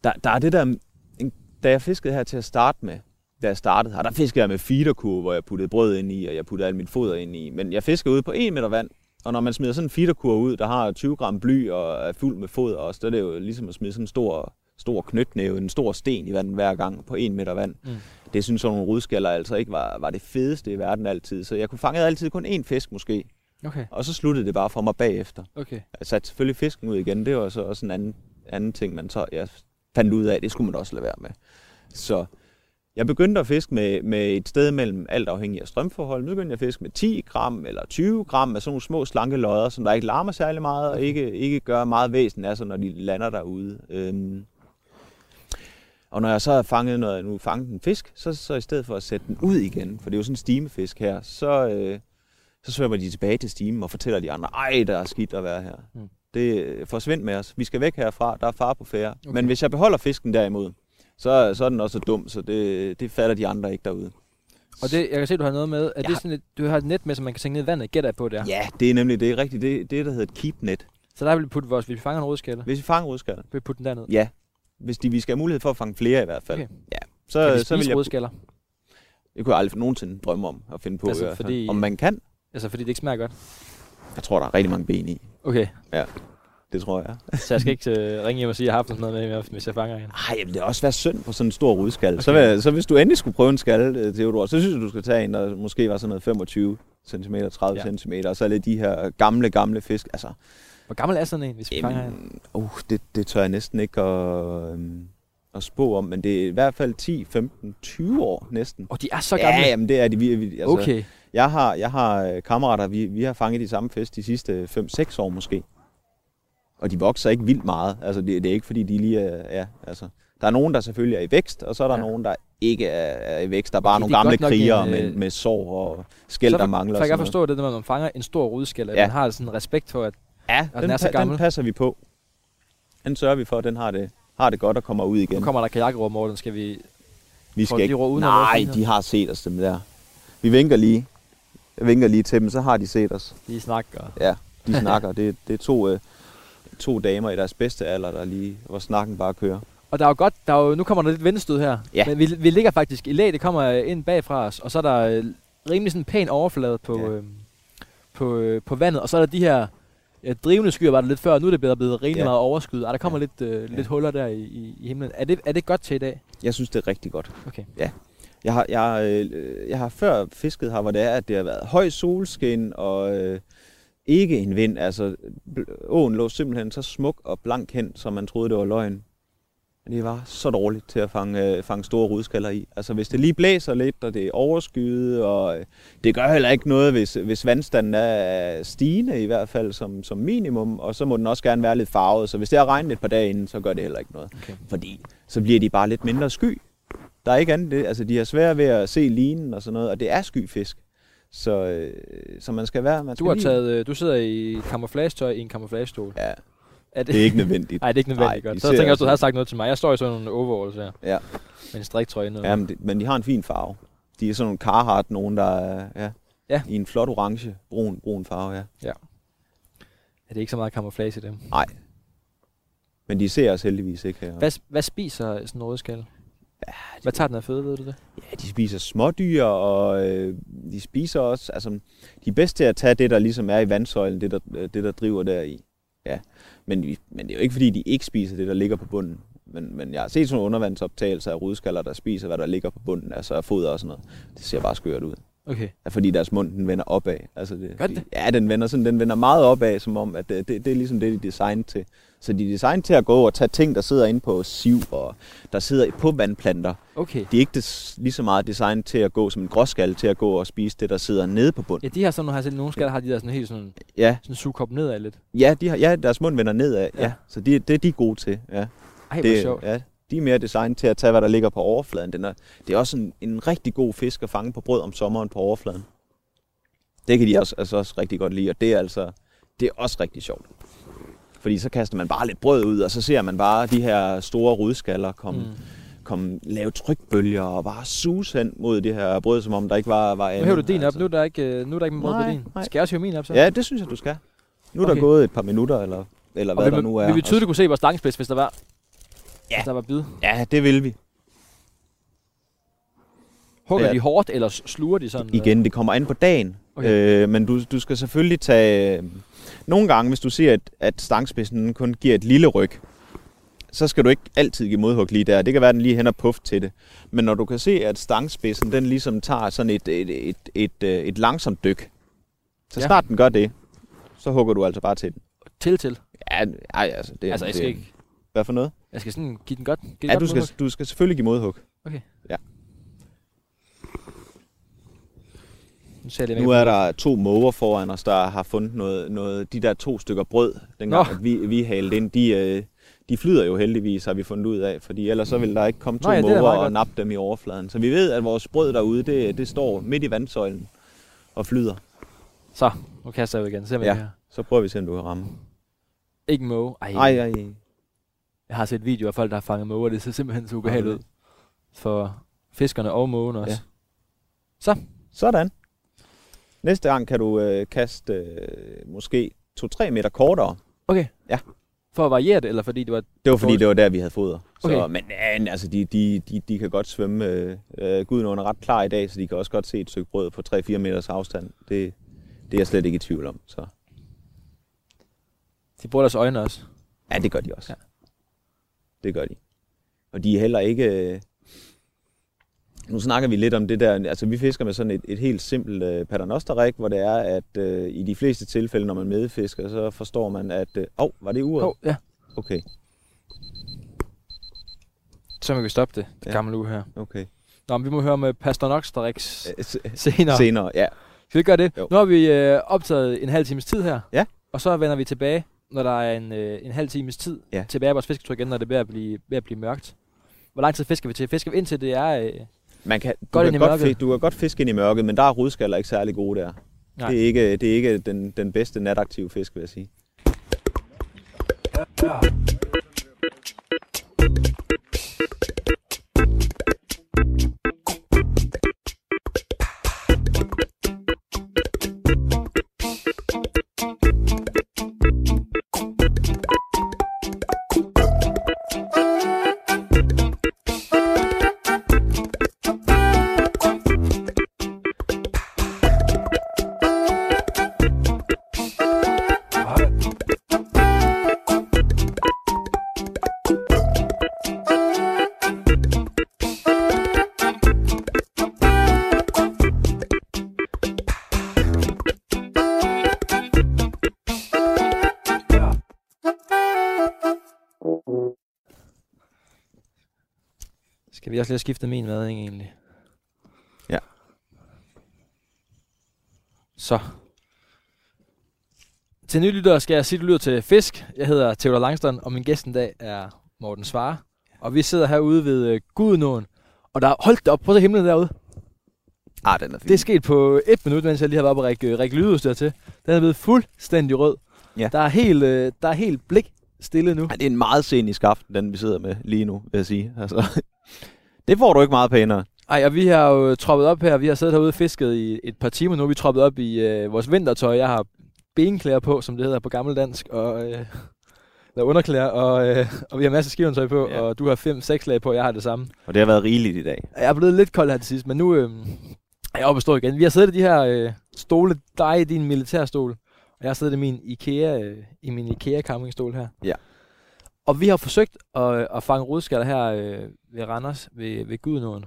der, der er det der, en- da jeg fiskede her til at starte med, da jeg startede her, der fiskede jeg med feederkurve, hvor jeg puttede brød ind i, og jeg puttede alt mit foder ind i. Men jeg fiskede ude på 1 meter vand, og når man smider sådan en feederkurve ud, der har 20 gram bly og er fuld med foder også, så er det jo ligesom at smide sådan en stor, stor knytnæve, en stor sten i vandet hver gang på 1 meter vand. Mm. Mm. Det synes sådan nogle rudskaller altså ikke var, var det fedeste i verden altid. Så jeg kunne fange altid kun én fisk måske, Okay, og så sluttede det bare for mig bagefter. okay. Jeg satte selvfølgelig fisken ud igen. Det var så også en anden, anden ting, man så, jeg fandt ud af. Det skulle man også lade være med. Så jeg begyndte at fiske med, med et sted mellem alt afhængig af strømforhold. Nu begyndte jeg at fiske med 10 gram eller 20 gram af sådan nogle små slanke lodder, som der ikke larmer særlig meget og ikke, ikke gør meget væsen af sig, når de lander derude. Øhm. Og når jeg så har fanget, noget, nu fanget en fisk, så, så i stedet for at sætte den ud igen, for det er jo sådan en stimefisk her, så, øh, så svømmer de tilbage til stimen og fortæller de andre, ej, der er skidt at være her. Mm. Mm. Det øh, forsvind med os. Vi skal væk herfra. Der er far på færre. Okay. Okay. Men hvis jeg beholder fisken derimod, så, så er den også så dum, så det, det fatter de andre ikke derude. Og det, jeg kan se, du har noget med. Er Jeg det har- sådan et, du har et net med, som man kan sænke ned i vandet, gætter jeg på der. Ja, det er nemlig det er rigtigt. Det, det der hedder et keepnet. Så der vil vi putte vores, hvis vi fanger en rødskalle, Hvis vi fanger rødskaller. vil vi putte den derned. Ja, hvis de, vi skal have mulighed for at fange flere i hvert fald. Okay. Okay. Ja. Kan Så, vi så vil spise jeg, rødskaller? jeg kunne aldrig nogensinde drømme om at finde på. Altså, i hvert fald. fordi- Om man kan. Altså, fordi det ikke smager godt. Jeg tror, der er rigtig mange ben i. Okay, Det tror jeg. så jeg skal ikke øh, ringe hjem og sige, at jeg har haft sådan noget med, i aften, hvis jeg fanger en. Ej, jamen, det er også være synd på sådan en stor rudskal. Okay. Så, Okay. vil- så hvis du endelig skulle prøve en skal, øh, Theodor, så synes jeg, du skal tage en, der måske var sådan noget 25 cm, 30 Ja. ja. cm, og så alle de her gamle, gamle fisk. Altså, Hvor gammel er sådan en, hvis vi fanger en? jamen, uh, det, det tør jeg næsten ikke at, øhm, at spå om, men det er i hvert fald 10, 15, 20 år næsten. Og de er så gamle. Ja, jamen det er de. Vi, vi, altså, okay. Jeg har, jeg har øh, kammerater, vi, vi har fanget de samme fisk de sidste 5-6 år måske. Og de vokser ikke vildt meget. Altså, det, det er ikke, fordi de lige er... Ja, altså, der er nogen, der selvfølgelig er i vækst, og så er der Ja. ja. nogen, der ikke er, er i vækst. Der er bare Okay, okay, nogle det er gamle godt nok krigere en, øh, med, med sår og skæld, for- der mangler. og Så jeg kan sådan noget. forstå det, når man fanger en stor rødskæld, at Ja. man har sådan en respekt for, at Ja, den den, er så pa- gammel. den passer vi på. Den sørger vi for, at den har det, har det godt og kommer ud nu igen. kommer der kajakråd, Morten, skal vi... Vi Folk, de skal ikke... ror uden at være Nej, fine. de har set os, dem der. Vi vinker lige. Jeg vinker lige til dem, så har de set os. lige snakke og... Ja, de snakker. det, det er to, øh, to damer i deres bedste alder, der lige, hvor snakken bare kører. Og der er jo godt, der er jo, nu kommer der lidt vindstød her. Ja. Men vi, vi ligger faktisk i læ, det kommer øh, ind bagfra os, og så er der øh, rimelig sådan en pæn overflade på, Ja. øh, på, øh, på vandet. Og så er der de her ja, drivende skyer, var det lidt før, nu er det bedre blevet rimelig ja. Ja. meget overskyet. Og der kommer ja. lidt, øh, Ja. lidt huller der i, i, i himlen. Er det, er det godt til i dag? Jeg synes, det er rigtig godt. Okay. Ja. Jeg har, jeg, øh, jeg har før fisket her, hvor det er, at det har været høj solskin og øh, ikke en vind. Altså, bl- åen lå simpelthen så smuk og blank hen, som man troede, det var løgn. Men Det var så dårligt til at fange, øh, fange store rudskaller i. Altså, hvis det lige blæser lidt, og det er overskyet, og øh, det gør heller ikke noget, hvis, hvis vandstanden er stigende i hvert fald som, som minimum, og så må den også gerne være lidt farvet. Så hvis det har regnet et par dage inden, så gør det heller ikke noget. Okay. Fordi så bliver de bare lidt mindre sky. Der er ikke andet det. Altså, de har svært ved at se linen og sådan noget, og det er sky fisk. Så, øh, så man skal være... Man skal Du, har lige- taget, øh, du sidder i camouflage-tøj i en camouflage-stol. Ja, Er det er ikke (laughs) nødvendigt. Nej, det er ikke nødvendigt Nej, godt. de Så jeg ser tænker også, du også- havde sagt noget til mig. Jeg står i sådan nogle overalls her. Ja. Med en striktrøje ned. ja, men, det, men de har en fin farve. De er sådan nogle Carhartt, nogen der er ja, Ja. ja. i en flot orange, brun, brun farve, ja. Er det ikke så meget camouflage i dem? Men de ser os heldigvis ikke her. Hvad, hvad spiser sådan en rødskal? Hvad tager den af føde, ved du det? Ja, de spiser smådyr, og øh, de spiser også... Altså, de er bedst til at tage det, der ligesom er i vandsøjlen, det der, øh, det, der driver deri. Ja. Men, vi- men det er jo ikke, fordi de ikke spiser det, der ligger på bunden. Men, men jeg har set sådan nogle undervandsoptagelser af rudskaller, der spiser, hvad der ligger på bunden, altså af foder og sådan noget. Det ser bare skørt ud. Okay. Ja, Fordi deres mund, den vender opad. Altså det, Gør den det? Ja, den vender, sådan, den vender meget opad, som om, at det, det, det er ligesom det, de er designet til. Så de er designet til at gå og tage ting, der sidder inde på siv, og der sidder på vandplanter, Okay. de er ikke des, lige så meget designet til at gå som en gråskal, til at gå og spise det, der sidder nede på bunden. Ja, de her sådan, nu har jeg set, nogle skal har de der sådan helt sådan, Ja, sådan sugekop nedad lidt. ja, de har, ja deres mund vender nedad, ja. Ja. ja. Så de, det er de gode til, ja. Ej, hvor det, sjovt. ja. De er mere designet til at tage, hvad der ligger på overfladen. Den er, det er også en, en rigtig god fisk at fange på brød om sommeren på overfladen. Det kan de også, altså også rigtig godt lide, og det er altså det er også rigtig sjovt. Fordi så kaster man bare lidt brød ud, og så ser man bare de her store rudskaller komme Mm. kom, lave trykbølger og bare suse hen mod det her brød, som om der ikke var, var Nu andet. hæver du din op. Nu er der ikke, øh, nu er der ikke brød på Nej, din. nej. Skal jeg også hæve min op så? altså. Ja, det synes jeg, du skal. Nu er der Okay. gået et par minutter, eller, eller og hvad vi, der vil- nu er. Vi vil tydeligt kunne se vores langspids, hvis der var. Ja. Hvis der var bid. Ja, det vil vi. Hugger Ja. de hårdt, eller sluger de sådan? øh, Igen, det kommer an på dagen. Okay. Okay. Øh, men du, du skal selvfølgelig tage... øh, Nogle gange, hvis du ser, at, at stangspidsen kun giver et lille ryg, så skal du ikke altid give modhug lige der. Det kan være, at den lige hen og puff til det. Men når du kan se, at stangspidsen den ligesom tager sådan et, et, et, et, øh, et langsomt dyk, så Ja. snart den gør det, så hugger du altså bare til den. øh, Til til. Ja, ej, altså det er... Altså, jeg skal det, ikke... Hvad for noget? Jeg skal sådan give den godt. Give den Ja, godt du skal, modhug. du skal selvfølgelig give modhug. Nu ser jeg lidt Nu væk. er der to måger foran os, der har fundet noget, noget de der to stykker brød, dengang Nå. at vi, vi halede ind. De, øh, de flyder jo heldigvis, har vi fundet ud af, fordi ellers så ville der ikke komme to Nå ja, det er da måger meget og godt. nappe dem i overfladen. Så vi ved, at vores brød derude, det, det står midt i vandsøjlen og flyder. Så, nu kaster jeg ud igen. Se om Ja. jeg kan- Så prøver vi at se, om du kan ramme. Ikke en måge. Ej. Ej, ej, Jeg har set videoer af folk, der har fanget måger, det ser simpelthen så ubehageligt Har ud. du For fiskerne og mågen også. Ja. Ja. Sådan. Næste gang kan du øh, kaste øh, måske 2-3 meter kortere. Okay. Ja. For at variere det, eller fordi det var... Det var fordi, det var der, vi havde foder. Så, Okay. okay. Men ja, altså, de, de, de, de kan godt svømme. Øh, øh, guden er ret klar i dag, så de kan også godt se et stykke brød på 3-4 meters afstand. Det, det er jeg slet ikke i tvivl om. Så. De bruger deres øjne også. Ja, det gør de også. Ja. Ja. Det gør de. Og de er heller ikke... Øh, nu snakker vi lidt om det der, altså vi fisker med sådan et, et helt simpelt øh, paternosterik, hvor det er, at øh, i de fleste tilfælde, når man medfisker, så forstår man, at, øh, åh, var det uret? Åh, oh, ja. Okay, Så man kan stoppe det, det ja. Ja. gamle uge her. okay. Nå, men vi må høre med Pastor Noxterix Øh, se- senere. Se. Senere, ja. Skal vi gøre det? Jo. Jo. Nu har vi øh, optaget en halv times tid her. Ja. Og så vender vi tilbage når der er en, øh, en halv times tid Ja. ja. tilbage på vores fisketur igen, når det er ved at blive, ved at blive mørkt. Hvor lang tid fisker vi til? Fisker vi indtil det er... Øh, Man kan, du, Godt ind i kan godt mørket. fiske, du kan godt fiske ind i mørket, men der er rudskaller ikke særlig gode der. Nej. Det er ikke, det er ikke den, den bedste nataktive fisk, vil jeg sige. skal vi også lige have skiftet min mad, ikke, egentlig? Ja. Så. Til nye lyttere skal jeg sige, at du lytter til Fisk. Jeg hedder Theodor Langstrøm, og min gæst i dag er Morten Svare. Og vi sidder herude ved øh, Gudenåen. Og der er holdt op, prøv at se himlen derude. Ah, den er fin. Det er sket på et minut, mens jeg lige har været oppe og række, øh, række lydudstyr til. Den er blevet fuldstændig rød. Ja. Der, er helt, øh, der er helt blik stille nu. Ja, det er en meget scenisk aften, den vi sidder med lige nu, vil jeg sige. Altså, (laughs) det får du ikke meget pænere. Ej, og vi har jo troppet op her. Vi har siddet herude og fisket i et par timer nu. Vi er troppet op i øh, vores vintertøj. Jeg har benklæder på, som det hedder på gammeldansk, og øh, (laughs) der underklæder, og, øh, og vi har masser af skiventøj på, Ja. ja. og du har fem-seks lag på, og jeg har det samme. Og det har været rigeligt i dag. Jeg er blevet lidt kold her til sidst, men nu øh, er jeg oppe og stå igen. Vi har siddet i de her øh, stole, dig i din militærstol, og jeg har siddet i min IKEA, øh, i min IKEA campingstol her. Ja. Og vi har forsøgt at, øh, at fange rodskaller her øh, ved Randers, ved, ved Gudenåen.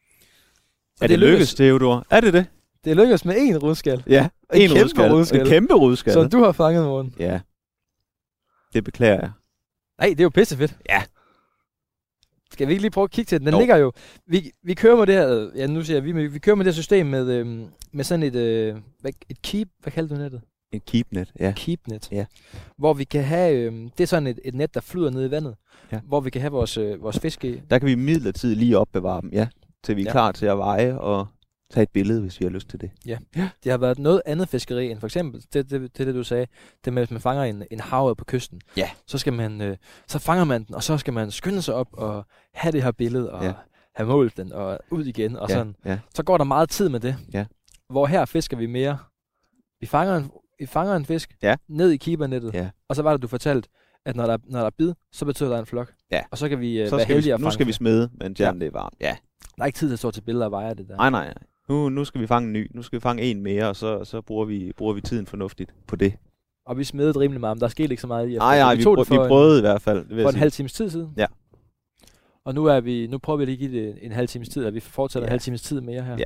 Og Er det, det lykkedes, Theodor? Er det det? Det er lykkedes med én rodskal, Ja, En en kæmpe rudskalle. En rudskalle. kæmpe rudskalle. som du har fanget, morgen. Ja. Det beklager jeg. Nej, det er jo pissefedt. Ja. Skal vi ikke lige prøve at kigge til den? Den Jo. jo. ligger jo... Vi, vi kører med det her... Ja, nu siger jeg, vi, men vi kører med det her system med, øhm, med sådan et... Øh, hvad, et keep... Hvad kalder du nettet? En keepnet, ja. Keepnet. Ja. Hvor vi kan have... Øhm, det er sådan et, et net, der flyder ned i vandet. Ja. Hvor vi kan have vores, øh, vores fiske i. Der kan vi midlertidigt lige opbevare dem, ja. Til vi er Ja. klar til at veje og tage et billede, hvis vi har lyst til det. Det har været noget andet fiskeri end for eksempel det, det, det, det du sagde, det med, hvis man fanger en, en havet på kysten, Ja. så, skal man, øh, så fanger man den, og så skal man skynde sig op og have det her billede og Ja. ja. have målt den og ud igen. Og ja, ja. sådan. ja. Så går der meget tid med det. Ja. Hvor her fisker vi mere. Vi fanger en, vi fanger en fisk Ja. ned i kibernettet, Ja. og så var det, du fortalte, at når der, når der er bid, så betyder der en flok. Ja. Og så kan vi øh, Så være skal heldige vi, at nu fange. skal vi den. smede, mens hjernen det er varmt. Ja. Der er ikke tid til at stå til billeder og veje det der. Nej, nej, nej. Nu, nu skal vi fange en ny. Nu skal vi fange en mere, og så, så bruger, vi, bruger vi tiden fornuftigt på det. Og vi smedede rimelig meget, men der skete ikke så meget i. Nej, nej, vi, tog prø- det for vi en- prøvede i hvert fald. Det vil For jeg en sige. halv times tid siden? Ja. Og nu, er vi, nu prøver vi lige at give det en halv times tid, at vi fortsætter ja. Ja. en halv times tid mere her. Ja.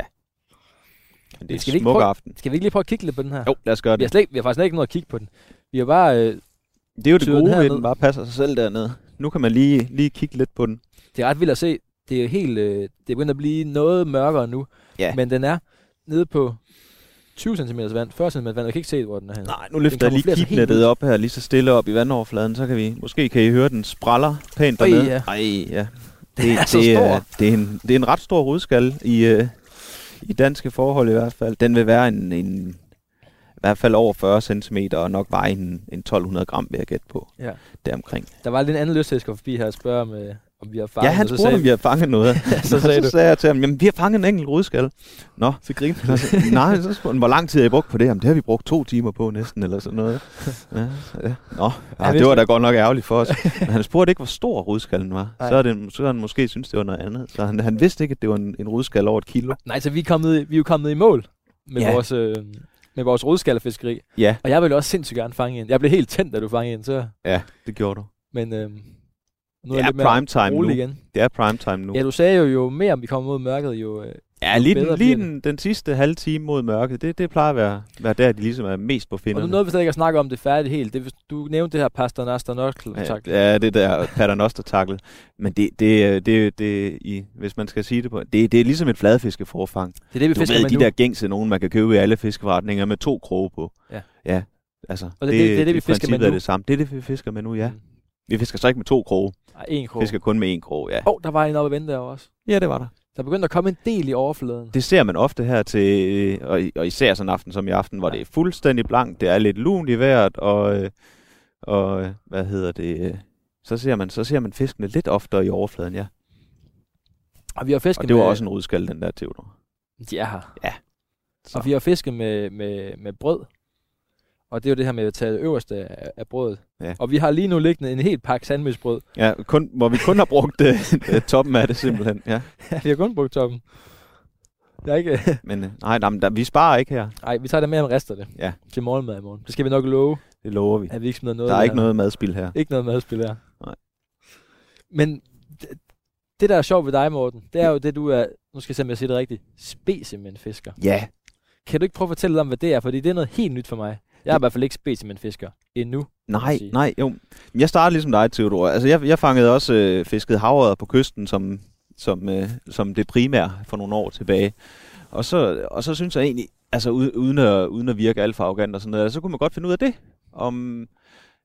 Men det er Skal vi en ikke smuk prøve- aften. Skal vi ikke lige prøve at kigge lidt på den her? Jo, lad os gøre Vi har, det. slet, ikke- vi har faktisk slet ikke noget at kigge på den. Vi har bare... Øh, Det er jo det Tyder den gode ved, at herned? den bare passer sig selv dernede. Nu kan man lige, lige kigge lidt på den. det er ret vildt at se. Det er helt... Øh, det er begyndt at blive noget mørkere nu. Ja. Men den er nede på 20 cm vand, 40 cm vand. Jeg kan ikke se, hvor den er henne. Nej, nu løfter jeg Den lige kamuflerer sig helt kipnettet ud. op her, lige så stille op i vandoverfladen, så kan vi, måske kan I høre den spraller pænt Øj, dernede. ja. Ej, ja. (laughs) Den er så det, Altså, stor. det, er en, det er en ret stor rødskal i, øh, i danske forhold i hvert fald. Den vil være en, en i hvert fald over 40 cm og nok veje en, en 1200 gram, vil jeg gætte på. Ja. Deromkring. Der var lidt en anden lystfisker forbi her og spørge, om, øh, om vi (laughs) har fanget ja, han den, og spurgte, så sagde om vi havde fanget noget. så sagde så du. sagde jeg til ham, jamen vi har fanget en enkelt rødskal. Nå, (laughs) Så grinte Eller så- (laughs) Nej, så spurgte han, hvor lang tid har I brugt på det? Jamen, det har vi brugt to timer på næsten, eller sådan (laughs) noget. Ja, så- ja. Nå, ja, det var da godt nok ærgerligt for os. Men han spurgte ikke, hvor stor rudskallen var. Nej. Så er det, så har han måske synes det var noget andet. Så han, han vidste ikke, at det var en, en rudskal over et kilo. Nej, så vi er, kommet, vi er jo kommet i mål med Ja. ja. vores... Øh, med vores rodskaldefisker'i. Ja, Og jeg ville også sindssygt gerne fange en. Jeg blev helt tændt, da du fangede en, så... ja det gjorde du. Men øhm, nu er Det jeg er lidt mere prime time nu. rolig igen. Det er prime time nu. Ja, du sagde jo, jo mere vi kommer mod mørket, jo... Øh, Ja, lige, den, bedre lige bliver det. den, den sidste halve time mod mørket, det, det plejer at være, være der, de ligesom er mest på og nu finderne. nåede vi slet ikke at snakke om det færdigt helt. Det, du nævnte det her Pastor Naster Nørkel. Ja, tak. Ja, ja, det der paternoster tackle. Men det, det, øh, det, det i, hvis man skal sige det på, det, det er ligesom et fladfiskeforfang. Det er det, vi Du fisker ved, med de nu. der gængse nogen, man kan købe i alle fiskeforretninger med to kroge på. Ja. ja. Altså, Og det- det er det, vi i fisker med princippet er nu. det samme. Det er det, vi fisker med nu, ja. Mm. Vi fisker så ikke med to kroge. Ej, en Vi krog. fisker kun med en kroge, ja. Åh, oh, der var en oppe at vente derovre også. Ja, det var der. Der begyndte at komme en del i overfladen. Det ser man ofte her til, øh, og, og især sådan en aften som i aften, hvor det er fuldstændig blankt, det er lidt lunt i vejret, og, øh, og øh, hvad hedder det, øh, så ser, man, så ser man fiskene lidt oftere i overfladen, ja. Og vi har fisket Og det var med, også en rudskal, den der Theodor. De er her. Så. Og vi har fisket med, med, med brød. Og det er jo det her med at tage det øverste af, af brødet. Ja. Og vi har lige nu liggende en helt pakke sandmøsbrød. Ja, kun, hvor vi kun har brugt (laughs) øh, toppen af det simpelthen, ja. vi har kun brugt toppen. Jeg er ikke... (laughs) Men øh, nej, nej men der, vi sparer ikke her, Ej, vi tager det med, om rester det. Ja. Til morgenmad i morgen. Det skal vi nok love, det lover vi. at vi ikke smider noget. Der er af ikke her. noget madspil her. Ikke noget madspil her. Nej. Men det, det, der er sjovt ved dig, Morten, det er jo det, du er, nu skal jeg se, om jeg siger det rigtigt, specimenfisker. Ja, Kan du ikke prøve at fortælle lidt om, hvad det er? Fordi det er noget helt nyt for mig. Jeg er i hvert fald ikke specimenfisker endnu. Nej, sige. nej, jo. Men Jeg startede ligesom dig, Theodor. Altså, jeg, jeg fangede også øh, fisket havørred på kysten som, som, øh, som det primære for nogle år tilbage. Og så, og så synes jeg egentlig, altså ude- uden at, uden at virke alt for arrogant og sådan noget, så kunne man godt finde ud af det. Om,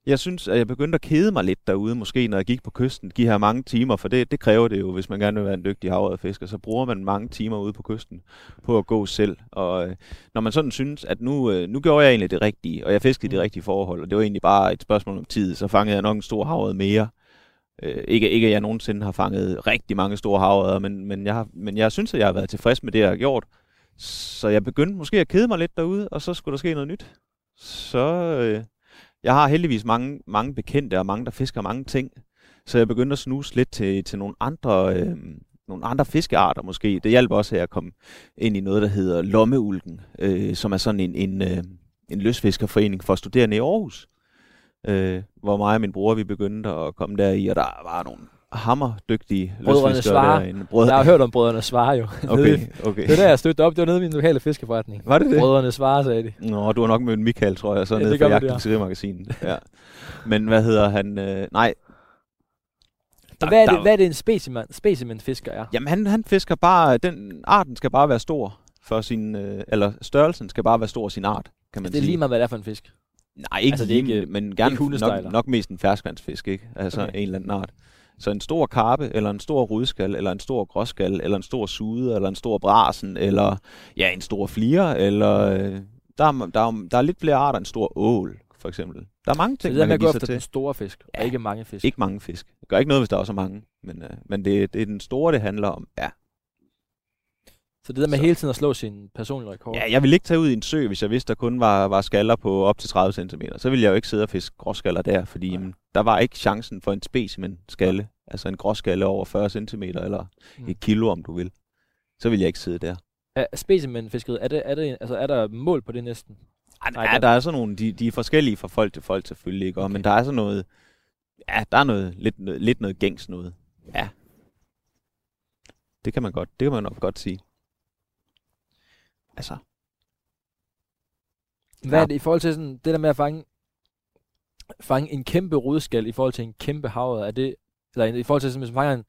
jeg synes, at jeg begyndte at kede mig lidt derude, måske når jeg gik på kysten, de her mange timer, for det, det kræver det jo, hvis man gerne vil være en dygtig havørredfisker, så bruger man mange timer ude på kysten på at gå selv. Og øh, når man sådan synes, at nu, øh, nu gjorde jeg egentlig det rigtige, og jeg fiskede i de rigtige forhold, og det var egentlig bare et spørgsmål om tid, så fangede jeg nok en stor havret mere. Øh, ikke, ikke at jeg nogensinde har fanget rigtig mange store havredder, men, men, jeg, har- men jeg synes, at jeg har været tilfreds med det, jeg har gjort. Så jeg begyndte måske at kede mig lidt derude, og så skulle der ske noget nyt. Så øh, jeg har heldigvis mange, mange bekendte og mange, der fisker mange ting. Så jeg begyndte at snuse lidt til, til nogle andre... Øh, nogle andre fiskearter måske. Det hjalp også, at jeg kom ind i noget, der hedder Lommeulken, øh, som er sådan en, en, øh, en løsfiskerforening for studerende i Aarhus, øh, hvor mig og min bror, vi begyndte at komme deri, og der var nogle hammerdygtige Brødrene løsfiskere Svarer. derinde. Jeg har Brødre... hørt om brødrene svarer jo. (laughs) (laughs) Okay, Nede- okay. Det var der, jeg stødte op. Det var nede i min lokale fiskeforretning. Var det det? Brødrene svarer, sagde de. Nå, du har nok mødt Michael, tror jeg, så Ja, ja, det nede gør fra man, det Jagtens Fiskerimagasinet. Ja. Men hvad hedder han? Øh, nej. Der- Hvad er, det, der- hvad er det, en specimen, specimenfisker er? Jamen, han, han fisker bare... Den, arten skal bare være stor for sin... Øh, eller størrelsen skal bare være stor sin art, kan man det er sige. lige meget, hvad det er for en fisk. Nej, ikke, Altså, altså, det er ikke, ikke men gerne hundestejler. nok, nok mest en ferskvandsfisk, ikke? Altså Okay. okay. en eller anden art. Så en stor karpe, eller en stor rudskal, eller en stor gråskal, eller en stor sude, eller en stor brasen, eller ja, en stor flier, eller... Øh, der, er, der, er, der er lidt flere arter end stor ål, for eksempel. Der er mange Så ting, det der man med kan give at gå sig efter til. den store fisk, ja. Ja. og ikke mange fisk. Ikke mange fisk. Det gør ikke noget, hvis der også er mange. Men, øh, men det, det er den store, det handler om. Ja. Så det der med Så- hele tiden at slå sin personlige rekord. ja, jeg ville ikke tage ud i en sø, hvis jeg vidste, der kun var, var skaller på op til 30 cm. Så ville jeg jo ikke sidde og fiske gråskaller der, fordi jamen, der var ikke chancen for en specimen skalle. Altså en gråskalle over 40 cm eller Mm. et kilo, om du vil. Så ville jeg ikke sidde der. Er specimenfiskeriet, er, det, er, det, altså, er der mål på det næsten? Ej, der- ja, der er sådan nogle, de, de er forskellige fra folk til folk selvfølgelig, ikke? Og, men der er sådan noget, ja, der er noget, lidt, noget, lidt noget gængs noget. Ja. Det kan man godt, det kan man nok godt sige. Altså, Hvad Ja. er det i forhold til sådan, det der med at fange, fange en kæmpe rodskal i forhold til en kæmpe havre? Er det, eller i forhold til, sådan, hvis man fanger en,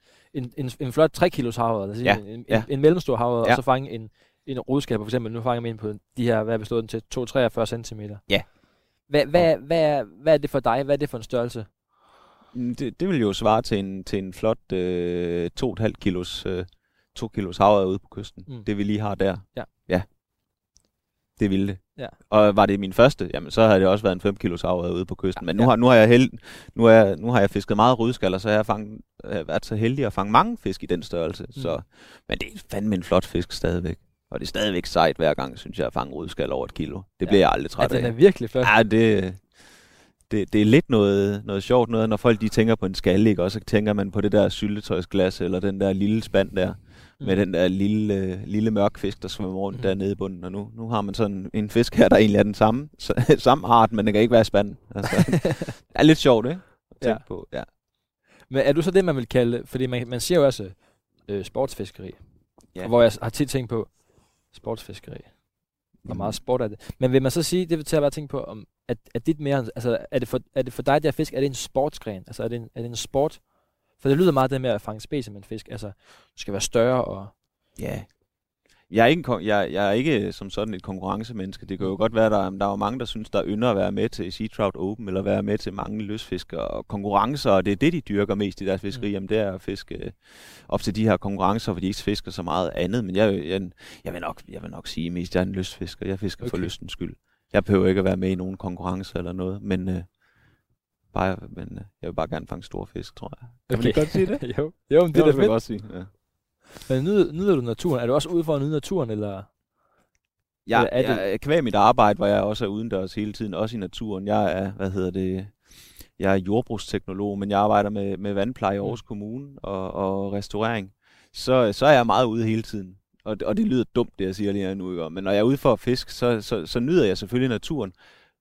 en, en, en flot 3 kilos havre, altså Ja, en, en, ja. en, mellemstor havre, og Ja. så fange en, en rodskal, for eksempel, nu fanger man en på de her, hvad bestod den til, 2-43 cm. Ja. Hvad, hvad, hvad, er, hvad er det for dig? Hvad er det for en størrelse? Mm, Det, det vil jo svare til en, til en flot øh, 2,5 kilos, øh, 2 kilos havre ude på kysten. Mm. Mm. Det vi lige har der. Ja. ja. Det ville det. Ja. Og var det min første, jamen så havde det også været en 5 kilos havre ude på kysten. Men nu, Ja. har, nu, har jeg held, nu, har jeg, nu har jeg fisket meget rødskaller, så har jeg fanget, øh, været så heldig at fange mange fisk i den størrelse. Mm. Mm. Så, men det er fandme en flot fisk stadigvæk. Og det er stadigvæk sejt hver gang, synes jeg, at fange rødskaller over et kilo. Det Ja. bliver jeg aldrig træt At Altså, den af. er virkelig flot. Ja, det, det, det er lidt noget, noget sjovt, noget, når folk de tænker på en skalle, ikke? og så tænker man på det der syltetøjsglas, eller den der lille spand der, mm. med den der lille, øh, lille mørk fisk, der svømmer rundt Mm. mm. dernede i bunden. Og nu, nu har man sådan en fisk her, der egentlig er den samme, (laughs) så, samme art, men den kan ikke være i spanden. (laughs) Altså, det er lidt sjovt, ikke? At tænke Ja. på. Ja. (laughs) Men er du så det, man vil kalde, fordi man, man siger jo også øh, sportsfiskeri, ja. Ja. hvor jeg har tit tænkt på sportsfiskeri, hvor meget sport er det. Men vil man så sige, det vil til at bare tænke på, om, at, at dit mere, altså er det, for, er det for dig, der fisk, er det en sportsgren? Altså er det en, er det en sport? For det lyder meget det med at fange spes med en fisk, altså du skal være større og... Ja. Jeg er, ikke, en kon- jeg, jeg er ikke øh, som sådan et konkurrencemenneske. Det kan jo godt være, der, der er jo mange, der synes, der ynder at være med til Sea Trout Open, eller være med til mange løsfiskere og konkurrencer, og det er det, de dyrker mest i deres fiskeri, mm. jamen det er at fiske øh, op til de her konkurrencer, hvor de ikke fisker så meget andet. Men jeg, jeg, jeg, vil, nok, jeg vil nok sige mest, jeg er en løsfisker. Jeg fisker okay. for Okay. lystens skyld. Jeg behøver ikke at være med i nogen konkurrencer eller noget, men, øh, bare, men øh, jeg vil bare gerne fange store fisk, tror jeg. Kan man ikke godt (laughs) sige det? (laughs) jo. jo, men det, det er da fedt. godt sige. Ja. Men nyder, nyder du naturen? Er du også ude for at nyde naturen, eller? Jeg, Eller er jeg, jeg kvæg mit arbejde, hvor jeg også er udendørs hele tiden, også i naturen. Jeg er, hvad hedder det, jeg er jordbrugsteknolog, men jeg arbejder med, med vandpleje i Aarhus Mm. Kommune og, og restaurering. Så, så er jeg meget ude hele tiden. Og, og det lyder dumt, det jeg siger lige her nu, ikke? men når jeg er ude for at fiske, så, så, så nyder jeg selvfølgelig naturen.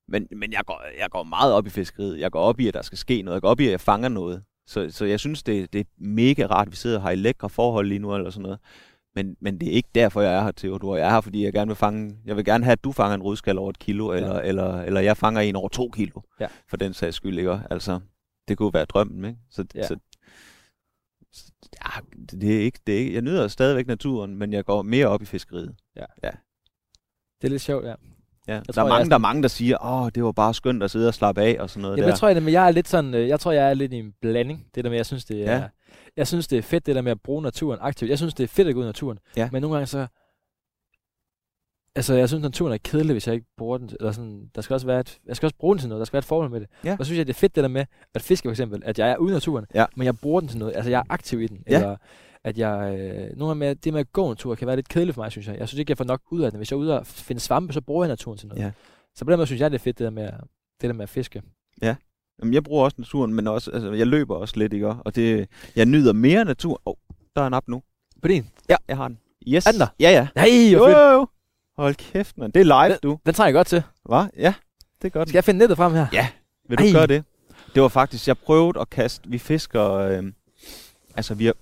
Men, men jeg, går, jeg går meget op i fiskeriet. Jeg går op i, at der skal ske noget. Jeg går op i, at jeg fanger noget. Så, så jeg synes, det, det er mega rart, at vi sidder her i lækre forhold lige nu, eller sådan noget. Men, men det er ikke derfor, jeg er her, Theodor. Jeg er her, fordi jeg gerne vil fange... Jeg vil gerne have, at du fanger en rødskal over et kilo, eller, ja. eller, eller jeg fanger en over to kilo, Ja. for den sags skyld, ikke? Altså, det kunne være drømmen, ikke? Så, Ja. ja. så, så ja, det- det er ikke, det er ikke... Jeg nyder stadigvæk naturen, men jeg går mere op i fiskeriet. Det er lidt sjovt, ja. Ja. der, tror, er jeg er mange, sådan- der er mange, der siger, åh, det var bare skønt at sidde og slappe af, og sådan noget Jamen, der. jeg tror, at jeg er lidt sådan, øh, jeg tror, jeg er lidt i en blanding. Det der med, jeg synes, det er, ja. Ja. jeg synes, det er fedt, det der med at bruge naturen aktivt. Jeg synes, det er fedt at gå ud i naturen. Ja. Men nogle gange så, altså, jeg synes, naturen er kedelig, hvis jeg ikke bruger den. til- Eller sådan, der skal også være et, jeg skal også bruge den til noget. Der skal være et formål med det. Ja. Og så synes jeg, det er fedt det der med, at fiske for eksempel, at jeg er ude i naturen, Ja. men jeg bruger den til noget. Altså, jeg er aktiv i den. Ja. Eller, at jeg, øh, nogle gange med, det med at gå en tur kan være lidt kedeligt for mig, synes jeg. Jeg synes ikke, jeg får nok ud af den. Hvis jeg er ude og finde svampe, så bruger jeg naturen til noget. Ja. Så på den måde synes jeg, det er fedt, det der med, at- det der med at fiske. Jamen, jeg bruger også naturen, men også, altså, jeg løber også lidt, ikke? Og det, jeg nyder mere natur. Åh, oh, der er en app nu. På din? Ja, jeg har den. Yes. Er den der? Ja, ja. Nej, Jo, hvor fedt. jo, jo. Hold kæft, mand. Det er live, du. Den tager jeg godt til. Hva? Ja, det er godt. Skal jeg finde nettet frem her? Ja. Vil du Ej. gøre det? Det var faktisk, jeg prøvede at kaste, vi fisker, øh, altså vi har-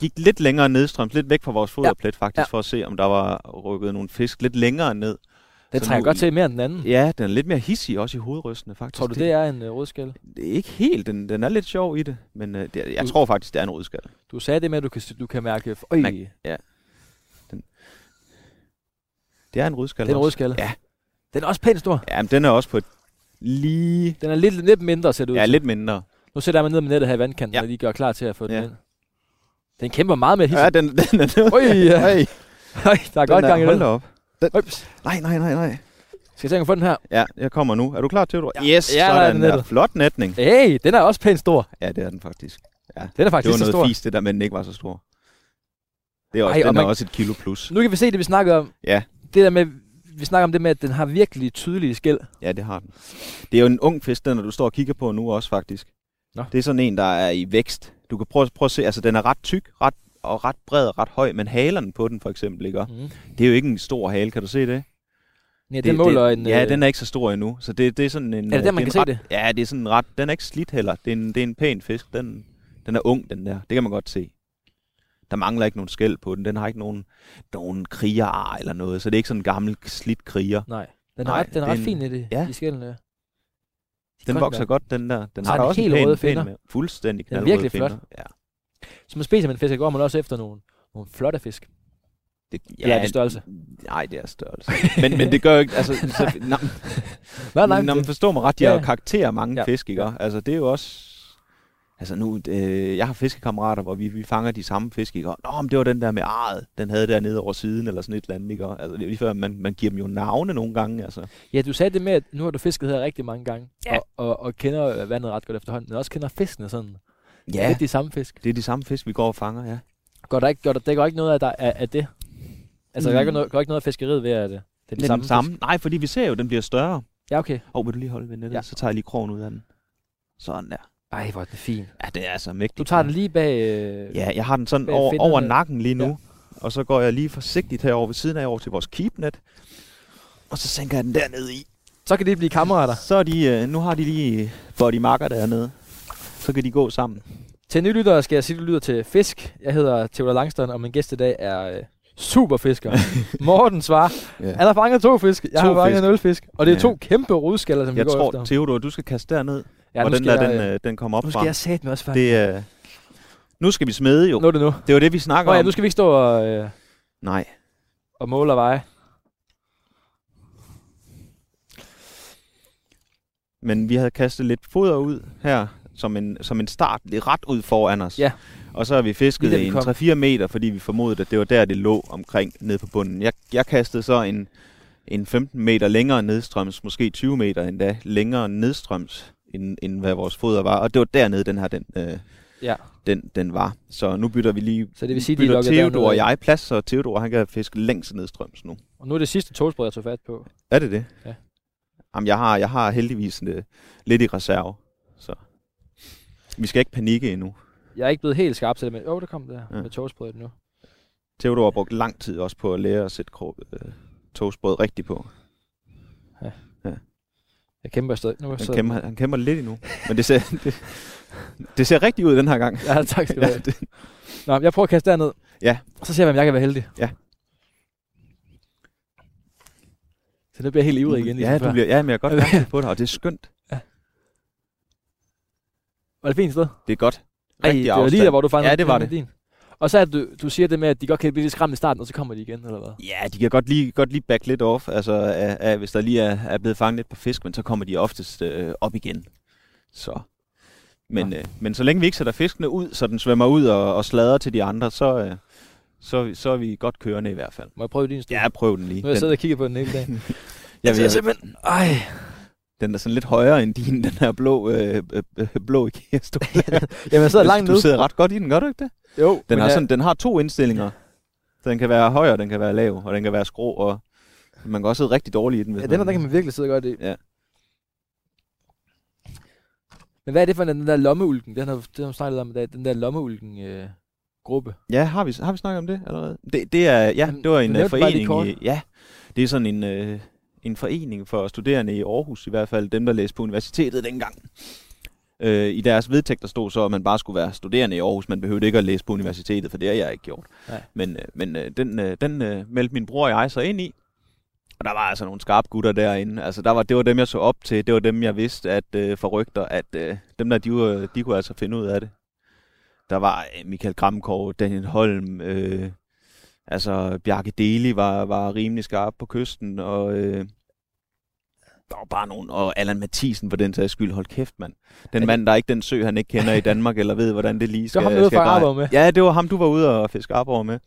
gik lidt længere nedstrøms, lidt væk fra vores foderplet faktisk, Ja. ja. for at se, om der var rykket nogle fisk lidt længere ned. Den Så tager jeg nu- godt til mere end den anden. Ja, den er lidt mere hissig også i hovedrystene faktisk. Mm. Tror du, det er en øh, rødskal? Det er ikke helt, den, den er lidt sjov i det, men øh, det, er- jeg Du- tror faktisk, det er en rødskal. Du sagde det med, at du kan, du kan mærke... Øj, Man- det Det er en rødskal. er en også. rødskal. Ja. Den er også pænt stor. Ja, men den er også på et lige... Den er lidt, lidt mindre, ser det ud Ja, til. lidt mindre. Nu sætter jeg mig ned med nettet her i vandkanten, Ja. og lige gør klar til at få den Ja. ind. Den kæmper meget med hisse. Ja, den, (laughs) den er nede. Øj, ja. Hey, (laughs) Øj, der er godt gang i den. hold da op. Ups. Nej, nej, nej, nej. Skal jeg tænke at få den her? Ja, jeg kommer nu. Er du klar til det? Ja. Yes, Ja, der er sådan den der. nettet. Flot netning. Hey, den er også pænt stor. Ja, det er den faktisk. Den er Det faktisk var så noget stor. fisk, det der, men den ikke var så stor. Det er også, Ej, Ej, og den man- er også et kilo plus. Nu kan vi se det, vi snakker om. Ja. Det der med, vi snakker om det med, at den har virkelig tydelige skæld. Ja, det har den. Det er jo en ung fisk, den, når du står og kigger på nu også faktisk. Nå. Det er sådan en, der er i vækst. Du kan prøve, prøve at se, altså den er ret tyk, ret, og ret bred og ret høj, men halerne på den for eksempel, ikke? Mm. Det er jo ikke en stor hale, kan du se det? Ja, den det, måler det, en... Ja, øh, den er ikke så stor endnu, så det, det er sådan en... Er det der, øh, man en kan se ret, det? Ja, det er sådan en ret... Den er ikke slidt heller. Det er en, det er en pæn fisk. Den, den er ung, den der. Det kan man godt se. Der mangler ikke nogen skæld på den. Den har ikke nogen, nogen krigerar eller noget, så det er ikke sådan en gammel slidt kriger. Nej. Den er, Nej, ret, den er det er ret en- fin i, det, ja. i skælden, ja. Den Godt vokser nok. godt, den der. Den Så har er da den også en helt pæn, røde pæn finner. med. Fuldstændig Den er knaldrøde virkelig finner. flot. Ja. Så man spiser man fisk, så går man også efter nogle, nogle flotte fisk. Det, Eller er det størrelse? Nej, det er størrelse. (laughs) men, men det gør jo ikke... Altså, (laughs) så, nej, Nej, nej. Nå, men Det, forstår mig ret, de har jo Ja. karakterer mange Ja. ja. fisk, ikke? Altså, det er jo også... Altså nu, øh, jeg har fiskekammerater, hvor vi, vi fanger de samme fisk, ikke? Og, Nå, men det var den der med arret, den havde der nede over siden, eller sådan et eller andet, ikke? Og, Altså, det er lige før, man, man giver dem jo navne nogle gange, altså. ja, du sagde det med, at nu har du fisket her rigtig mange gange, Ja. og, og, og kender øh, vandet ret godt efterhånden, men også kender fiskene sådan. Ja. Ja, Lidt de samme fisk. det er de samme fisk, vi går og fanger, ja. Går der ikke, går der, der går ikke noget af, der, af, af det? Altså, Mm. mm. der går ikke noget, går ikke noget af fiskeriet ved, at øh, det er de Det er samme, den samme. Nej, fordi vi ser jo, den bliver større. Fisk. Ja, okay. Åh, oh, vil du lige holde ved nettet? Ja. Ja. Så tager jeg lige krogen ud af den. Sådan der. Ej, hvor er den fin. Ja, det er altså mægtigt. Du tager den lige bag... Øh, Ja, jeg har den sådan Bag over, finnerne. over nakken lige nu. Ja. Ja. Og så går jeg lige forsigtigt herover ved siden af over til vores keepnet. Og så sænker jeg den dernede i. Så kan det blive kammerater. Så er de, øh, nu har de lige body marker dernede. Så kan de gå sammen. Til nylyttere skal jeg sige, at du lytter til Fisk. Jeg hedder Theodor Langstrøm, og min gæst i dag er øh, (laughs) superfisker. Morten Svar. Ja. Han har fanget to fisk. Jeg To har fanget fisk. nul fisk. Og det er Ja. to kæmpe rodskaller, som Jeg vi går tror, efter. Theodor, du skal kaste derned. ja, og nu den skal der, jeg, den, øh, den kommer op nu skal fra. jeg satme også fange. Det, øh, nu skal vi smede jo. Nu er det nu. Det var det, vi Nå snakker ja, om. nu skal vi ikke stå og... Øh, Nej, og måler veje. Men vi havde kastet lidt foder ud her, som en, som en start, lidt ret ud foran os. Ja. Og så har vi Lige da vi fisket en kom. 3-4 meter, fordi vi formodede, at det var der, det lå omkring nede på bunden. Jeg, jeg kastede så en, en 15 meter længere nedstrøms, måske 20 meter endda, længere nedstrøms, end, end hvad vores foder var. Og det var dernede, den her den, øh, Ja. den, den var. Så nu bytter vi lige Så det vil sige, de er bytter lukket Theodor og dernede. jeg plads, så Theodor han kan fiske længst nedstrøms nu. Og nu er det sidste togsprød, jeg tog fat på. Er det det? Ja. Jamen, jeg har, jeg har heldigvis en, øh, lidt i reserve, så vi skal ikke panikke endnu. Jeg er ikke blevet helt skarp til det, men åh, oh, der kom det her Ja. med togsprødet nu. Theodor har brugt lang tid også på at lære at sætte krog, øh, togsbrød rigtigt på. Jeg kæmper stadig. Nu er jeg Han stadig- kæmper, han kæmper lidt endnu, men det ser, det, det ser rigtigt ud den her gang. (laughs) Ja, tak skal du Ja, have. det, Nå, jeg prøver at kaste derned. Ja. Og så ser jeg, om jeg kan være heldig. Ja. Så det bliver jeg helt ivrig igen. ja, ligesom du før. bliver, ja, men jeg er godt Ja. mærket på dig, og det er skønt. Var det et fint sted? Det er godt. Ej, Rigtig det var lige der, hvor du fangede Ja, det var det. Din. Og så er det, du, du siger det med, at de godt kan blive lidt skræmt i starten, og så kommer de igen, eller hvad? Ja, de kan godt lige, godt lige back lidt off, altså, af, af, hvis der lige er, er blevet fanget lidt på fisk, men så kommer de oftest øh, op igen. Så. Men, øh, men så længe vi ikke sætter fiskene ud, så den svømmer ud og, og slader til de andre, så, øh, så, så er vi godt kørende i hvert fald. Må jeg prøve din sted? Ja, prøv den lige. Nu har jeg den, siddet og kigget på den hele dagen. jeg, sidder jeg, simpelthen... Ej, den er sådan lidt højere end din, den her blå, øh, øh, øh, blå IKEA-stol. jamen jeg sidder langt du nede. sidder ret godt i den, gør du ikke det? Jo, Den, men har, jeg- sådan, den har to indstillinger. Så den kan være høj, og den kan være lav, og den kan være skrå, og man kan også sidde rigtig dårligt i den. Hvis Ja, den her, man, den kan man virkelig sidde godt i. Ja. Men hvad er det for en, den der lommeulken? Den har den har vi snakket om i dag. Den der lommeulken øh, gruppe. Ja, har vi, har vi snakket om det allerede? Det, det er, ja, Jamen, det var du en nævnte øh, det bare lige forening. I, ja, det er sådan en, øh, en forening for studerende i Aarhus, i hvert fald dem, der læste på universitetet dengang. Øh, I deres vedtægter stod så, at man bare skulle være studerende i Aarhus. Man behøvede ikke at læse på universitetet, for det har jeg ikke gjort. Nej. Men, øh, men øh, den, øh, den øh, meldte min bror og jeg så ind i. Og der var altså nogle skarpe gutter derinde. Altså, der var, det var dem, jeg så op til. Det var dem, jeg vidste at øh, forrygter, at øh, dem der, de, var, de kunne altså finde ud af det. Der var øh, Michael Gramkov, Daniel Holm, øh, altså Bjarke Deli var, var rimelig skarp på kysten, og øh, der var bare nogen, og Allan Mathisen for den sags skyld, hold kæft mand. Den det- mand, der er ikke den sø, han ikke kender i Danmark, eller ved, hvordan det lige Så skal, ham ude skal fra greje. Arborg med. Ja, det var ham, du var ude og fiske arbor med.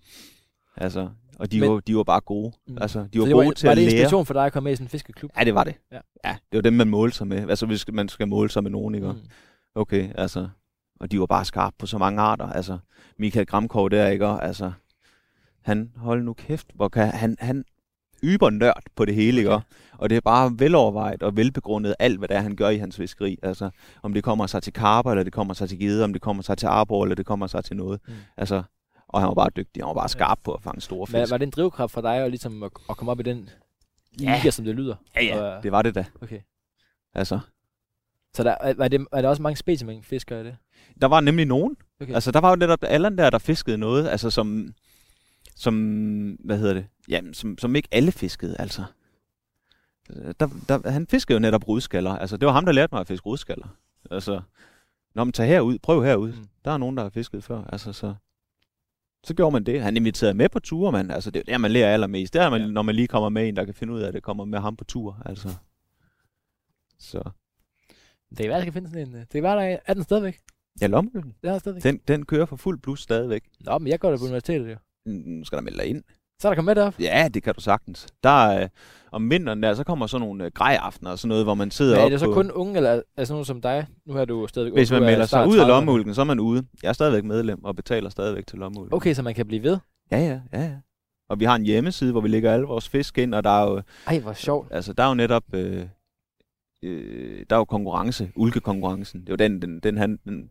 Altså, og de, Men- var, de var bare gode. Mm. Altså, de Så var det gode var, til var at det lære. inspiration for dig at komme med i sådan en fiskeklub? Ja, det var det. Ja. ja, det var dem, man målte sig med. Altså, hvis man skal måle sig med nogen, ikke? Mm. Okay, altså. Og de var bare skarpe på så mange arter. Altså, Michael Gramkov der, ikke? Og, Altså, han, hold nu kæft, hvor kan han, han yber nørd på det hele, ikke? Og det er bare velovervejet og velbegrundet alt, hvad det er, han gør i hans fiskeri. Altså, om det kommer sig til karper, eller det kommer sig til geder, om det kommer sig til arbor, eller det kommer sig til noget. Mm. Mm. Altså, og han var bare dygtig, han var bare skarp på at fange store Var, fisk. var det en drivkraft for dig at, ligesom at, at komme op i den Ja. liga, som det lyder? Ja, ja, Og, det var det da. okay. Altså, Så der, var, det, var der også mange specimen fiskere i det? der var nemlig nogen, Okay. Altså, der var jo netop Allan der, der fiskede noget, altså som, som hvad hedder det, jamen, som, som ikke alle fiskede, altså. Øh, Der, der, han fiskede jo netop rudskaller, altså det var ham, der lærte mig at fiske rudskaller. Altså, når man tager herud, prøv herud, Mm. mm. der er nogen, der har fisket før, altså så... Så gjorde man det. Han inviterede med på ture, mand. Altså, det er jo der, man lærer allermest. Det er, man, Ja. ja. når man lige kommer med en, der kan finde ud af det, kommer med ham på tur. Altså. Så. Det kan være, der skal finde sådan en... øh, Det kan være, der er- er den stadigvæk. Ja, lommelygten. Det er der stadigvæk. Den, den kører for fuld blus stadigvæk. Nå, men jeg går da på universitetet jo. Mm, skal der melde dig ind? Så er der kommet med derop. Ja, det kan du sagtens. Der øh, om vinteren der, så kommer sådan nogle øh, grejaftener og sådan noget, hvor man sidder Men er op det så på... kun unge, eller er sådan nogen som dig? Nu er du jo stadigvæk Hvis ung, man du er melder sig start ud af 30'erne. lommeulken, så er man ude. Jeg er stadigvæk medlem og betaler stadigvæk til lommeulken. Okay, så man kan blive ved. Ja, ja, ja, ja. Og vi har en hjemmeside, hvor vi lægger alle vores fisk ind, og der er jo, Ej, hvor sjovt. altså, der er jo netop... Øh, øh, der er jo konkurrence, ulkekonkurrencen. Det er jo den, den, den, han, den,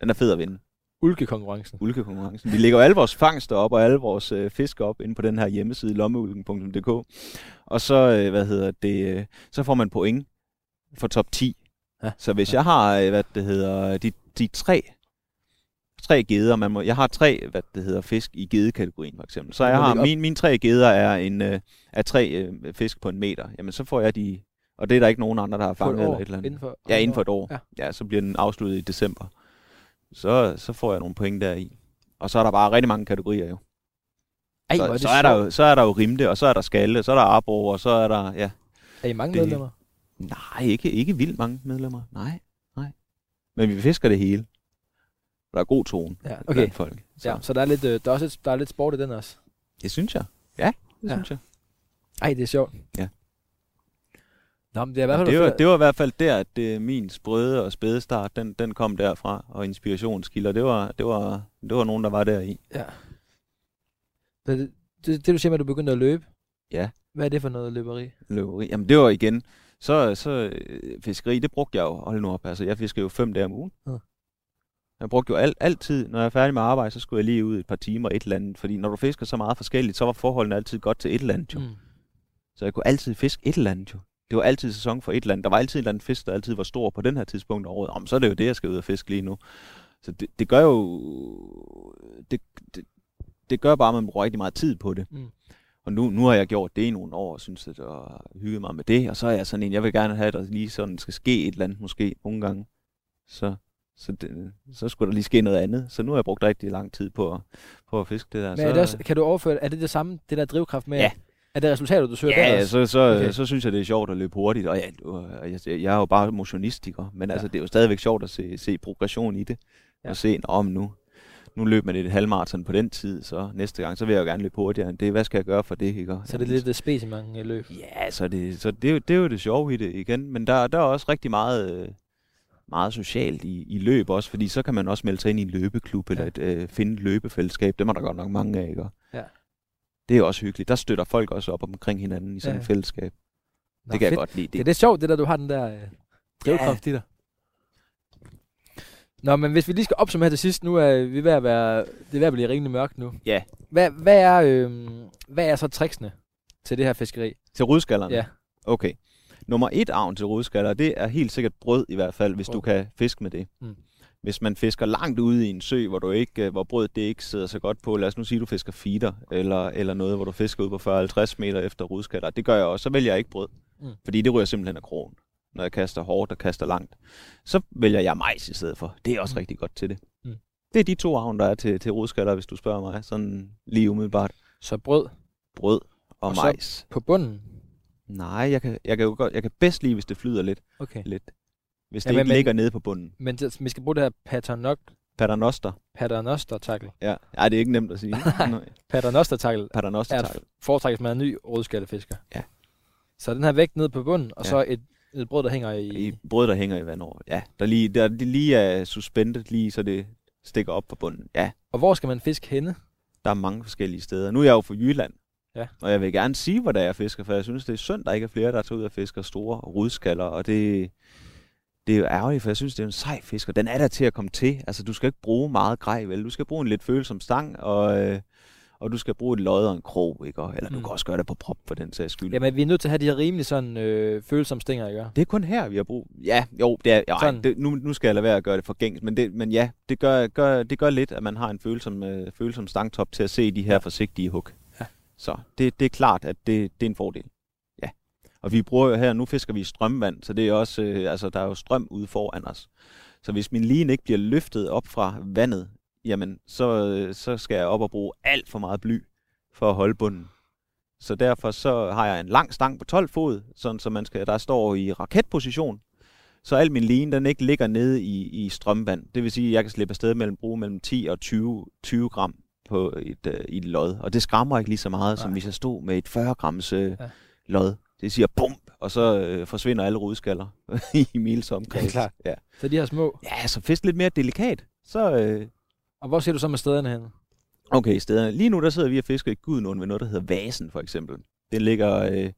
den er fed at vinde, Ulkekonkurrencen. ulkekonkurrencen. Vi lægger jo alle vores fangster op og alle vores øh, fisk op inde på den her hjemmeside, lommeulken.dk. Og så, øh, hvad hedder det, øh, så får man point for top 10. Ja. Ja. Så hvis jeg har, øh, hvad det hedder, de, de tre, tre geder, man må, jeg har tre, hvad det hedder, fisk i gedekategorien for eksempel. Så Du må jeg har, lægge op. min, mine tre geder er, en, øh, er tre øh, fisk på en meter. Jamen så får jeg de, og det er der ikke nogen andre, der har På et fanget eller år. et eller andet. Inden for, Ja, inden for et år. Ja. Ja. ja, så bliver den afsluttet i december. Så, så får jeg nogle point deri. Og så er der bare rigtig mange kategorier jo. Ej, hvor så, det så, er der jo, så er der jo rimte, og så er der skalle, så er der arbo, og så er der... Ja. Er I mange det- medlemmer? Nej, ikke, ikke vildt mange medlemmer. Nej, nej. Men vi fisker det hele. Der er god tone Ja, okay. okay. folk. Så. Ja, så der er, lidt, øh, der, er også et, der er lidt sport i den også. Det synes jeg. Ja, det Ja. ja. synes jeg. Ej, det er sjovt. Ja. Nå, men det er i hvert fald... Det var, fedt. det var i hvert fald der, at det, min sprøde og spæde start, den, den kom derfra. Og inspirationskilder, det var, det, var, det var nogen, der var der i. Ja. Så det, det, det, du siger med, at du begyndte at løbe. Ja. Hvad er det for noget løberi? løberi. Jamen det var igen, så, så øh, fiskeri, det brugte jeg jo, hold nu op, altså jeg fiskede jo fem dage om ugen. Ja. Jeg brugte jo alt, altid, når jeg er færdig med arbejde, så skulle jeg lige ud et par timer et eller andet, fordi når du fisker så meget forskelligt, så var forholdene altid godt til et eller andet jo. Mm. Så jeg kunne altid fiske et eller andet jo. Det var altid sæson for et eller andet. Der var altid en eller anden fisk, der altid var stor på den her tidspunkt af året. Om, så er det jo det, jeg skal ud og fiske lige nu. Så det, det gør jo... Det, det, det gør bare, at man bruger rigtig meget tid på det. Mm. Og nu, nu har jeg gjort det i nogle år, og synes, at jeg har hygget mig med det. Og så er jeg sådan en, jeg vil gerne have, at der lige sådan skal ske et eller andet, måske nogle gange. Så, så, det, så skulle der lige ske noget andet. Så nu har jeg brugt rigtig lang tid på at, på at fiske det der. Men så, er det også, kan du overføre, er det det samme, det der drivkraft med, Ja. at- er det resultater, du søger ja, der ja, så, også? så, Okay. okay. så synes jeg, det er sjovt at løbe hurtigt. Og ja, og jeg, jeg er jo bare motionist, ikke? men altså, Ja. det er jo stadigvæk sjovt at se, se progression i det. Ja. Ja. Og se, om nu, nu løb man et halvmarathon på den tid, så næste gang, så vil jeg jo gerne løbe hurtigere end det. Hvad skal jeg gøre for det? Ikke? Så er det Jamen, lidt øh, det specimen løb. Ja, så, det, så det, er jo- det er jo det sjove i det igen. Men der, der er også rigtig meget, øh, meget socialt i, i løb også, fordi så kan man også melde sig ind i en løbeklub eller Ja. et, øh, finde et løbefællesskab. Dem er der godt nok mange af, ikke? Og Ja. Det er jo også hyggeligt. Der støtter folk også op omkring hinanden i sådan Ja, et ja. fællesskab. Nå, det kan jeg fedt. godt lide. Det, det er sjovt, det der, du har den der øh, drivkraft ja. i dig. Nå, men hvis vi lige skal opsummere til sidst, nu er vi ved at være, det er ved at blive rimelig mørkt nu. Ja. Hvad, hvad, er, øh, hvad er så tricksene til det her fiskeri? Til rødskallerne? Ja. Okay. Nummer et avn til rødskaller, det er helt sikkert brød i hvert fald, hvis du Brød. kan fiske med det. Mm. Mm. Hvis man fisker langt ude i en sø, hvor, du ikke, øh, hvor brød det ikke sidder så godt på, lad os nu sige, at du fisker feeder, eller, eller noget, hvor du fisker ud på 40-50 meter efter rødskaller, det gør jeg også, så vælger jeg ikke brød, Mm. mm. fordi det ryger simpelthen af krogen. Når jeg kaster hårdt og kaster langt, så vælger jeg majs i stedet for. Det er også Mm. mm. rigtig godt til det. Mm. Mm. Det er de to avn, der er til, til rødskaller, hvis du spørger mig, sådan lige umiddelbart. Så brød Brød og, Og og så- majs. Så... på bunden. Nej, jeg kan, jeg kan jo godt, jeg kan bedst lide, hvis det flyder lidt. Okay. lidt. Hvis Ja, det ja, men- ikke men- ligger nede på bunden. Men det, vi skal bruge det her paternok, Paternoster. paternoster tackle. Ja. Ej, det er ikke nemt (laughs) at sige. Nej. Paternoster tackle Paternoster. er tak. at foretrækkes med en ny rødskallefisker. Ja. Så den her vægt ned på bunden, og ja. Ja. så et, et brød, der hænger i... I brød, der hænger i vand over. Ja, der lige, der, det lige er suspendet lige, så det stikker op på bunden. Ja, Og hvor skal man fiske henne? der er mange forskellige steder. Nu er jeg jo fra Jylland. Ja. Og jeg vil gerne sige, hvor der jeg fisker, for jeg synes, det er synd, der ikke er flere, der tager ud og fisker store rudskaller, og det, det er jo ærgerligt, for jeg synes, det er en sej fisk, og den er der til at komme til. Altså, du skal ikke bruge meget grej, vel? Du skal bruge en lidt følsom stang, og, øh, og du skal bruge et lod og en krog, ikke? Og- Eller du Mm. kan også gøre det på prop, for den sags skyld. Jamen, vi er nødt til at have de her rimelig sådan øh, følsomme stinger, ikke? Det er kun her, vi har brug. Ja, jo, det er, jo, ej, Sådan. det, nu, nu skal jeg lade være at gøre det for gængs, men, det, men ja, det gør, gør, det gør lidt, at man har en følsom, øh, følsom stangtop til at se de her forsigtige hug. Ja. Så det, det er klart, at det, det er en fordel. Ja. Og vi bruger jo her, nu fisker vi i strømvand, så det er også, øh, altså, der er jo strøm ude foran os. Så hvis min line ikke bliver løftet op fra vandet, jamen, så, øh, så skal jeg op og bruge alt for meget bly for at holde bunden. Så derfor så har jeg en lang stang på 12 fod, sådan så man skal, der står i raketposition. Så al min line, den ikke ligger nede i, i strømvand. Det vil sige, at jeg kan slippe afsted mellem bruge mellem 10 og 20, 20 gram på et, øh, i et lod. Og det skræmmer ikke lige så meget, Nej. som Nej. hvis jeg stod med et 40 grams øh, Ja. ja. lod. Det siger bum, og så øh, forsvinder alle rodskaller (laughs) i mils omkreds. Ja, klart. Ja. Så de her små. ja, så fisk lidt mere delikat. Så, øh, Og hvor ser du så med stederne hen? Okay, stederne. Lige nu der sidder vi og fisker i Gudenåen ved noget, der hedder Vasen for eksempel. Den ligger øh,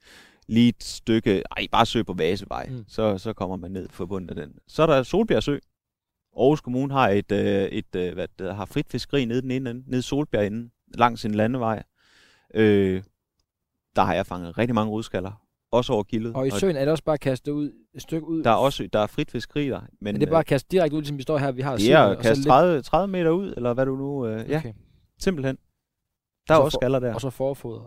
lige et stykke, ej, bare søg på Vasevej, Mm. mm. så, så kommer man ned på bunden af den. Så er der Solbjerg Sø. Aarhus Kommune har et, øh, et øh, hvad, det hedder, har frit fiskeri nede i den ene, ende, nede i Solbjerg inden, langs en landevej. Øh, der har jeg fanget rigtig mange rudskaller, også over kildet. Og i søen er det også bare at kaste ud, et stykke ud? der er også der er frit fiskeri der, men Men det er bare at kaste direkte ud, ligesom vi står her, vi har øh, det silderne, er og at så kaste lidt- 30, 30 meter ud, eller hvad du nu... Øh, okay. Ja, okay. simpelthen. Der er Og så også får- skaller der. Og så forfoder.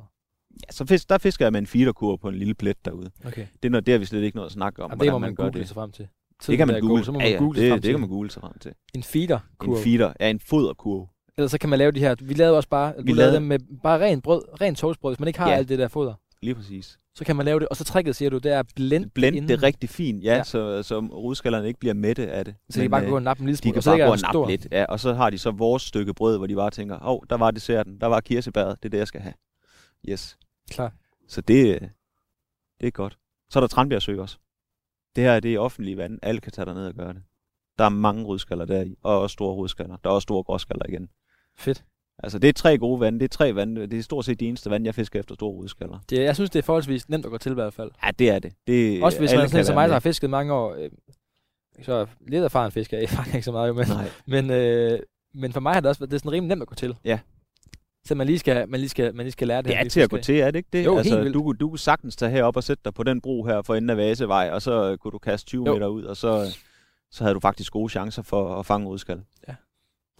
Ja, så Altså, fisk, der fisker jeg med en feederkurve på en lille plet derude. Okay. Det er noget, der vi slet ikke noget at snakke om, Jamen, det hvordan må man gør google det. sig frem til. Det kan man google, Så må ja, man ja, google sig det, frem det til. kan man google sig frem til. En feeder En feeder, ja, en foderkurve. Ellers så kan man lave de her, vi lavede også bare, vi lavede lavede- dem med bare rent brød, rent toastbrød, hvis man ikke har Ja. alt det der foder. Lige præcis. Så kan man lave det, og så tricket, siger du, det er at blende Blend inden, det rigtig fint, ja, Ja. ja. så, så rudskallerne ikke bliver mætte af det. Så de Men, bare øh, kan gå og nappe en lille de smule, kan og så bare ikke gå er og den nappe stor. lidt, ja, og så har de så vores stykke brød, hvor de bare tænker, åh, oh, der var desserten, der var kirsebæret, det er det, jeg skal have. Yes. Klar. Så det, øh, det er godt. Så er der Tranbjergsø også. Det her det er offentlige vand. Alle kan tage derned og gøre det. Der er mange rødskaller der, og også store rødskaller. Der er også store gråskaller igen. Fedt. Altså, det er tre gode vande. Det er tre vande. Det er stort set de eneste vand, jeg fisker efter store rødskaller. Det, jeg synes, det er forholdsvis nemt at gå til i hvert fald. Ja, det er det. det Også hvis alle man er sådan kan en som være mig, der har med. fisket mange år, øh, så er lidt erfaren fisker jeg (laughs) faktisk ikke så meget, jo, men, Nej, men, øh, men for mig har det også været, det er sådan rimelig nemt at gå til. Ja. Så man lige skal, man lige skal, man lige skal lære det det her er nye til at gå fiskeri. til, er det ikke det? Jo, helt altså, vildt. du, kunne- du kunne sagtens tage herop og sætte dig på den bro her for enden af Vasevej, og så øh, kunne du kaste 20 Jo. jo. meter ud, og så, så havde du faktisk gode chancer for at fange rødskal. Ja.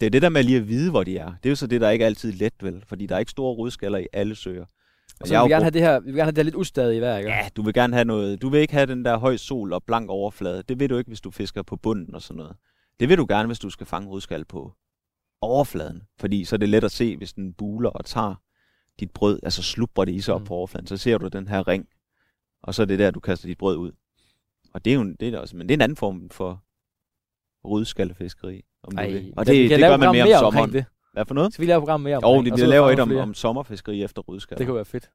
Det er det der med lige at vide, hvor de er. Det er jo så det, der ikke altid er let, vel? Fordi der er ikke store rødskaller i alle søer. Og Og så Altså, jeg har vil vi jo gerne have brugt- det her, vi vil gerne have det her lidt ustadige vejr, ikke? Ja, du vil gerne have noget. Du vil ikke have den der høj sol og blank overflade. Det vil du ikke, hvis du fisker på bunden og sådan noget. Det vil du gerne, hvis du skal fange rødskal på overfladen. Fordi så er det let at se, hvis den buler og tager dit brød, altså slubrer det i sig op Mm. mm. på overfladen. Så ser du den her ring, og så er det der, du kaster dit brød ud. Og det er jo en- det er da også, men det er en anden form for rødskallefiskeri. Om du vil. Og men vi det, det kan lave gør et program man mere mere om omkring sommeren. Det. Hvad for noget? Så vi laver et program mere omkring, Jo, og det så vi er der laver et flere. om, om sommerfiskeri efter rødskal. Det kunne være fedt.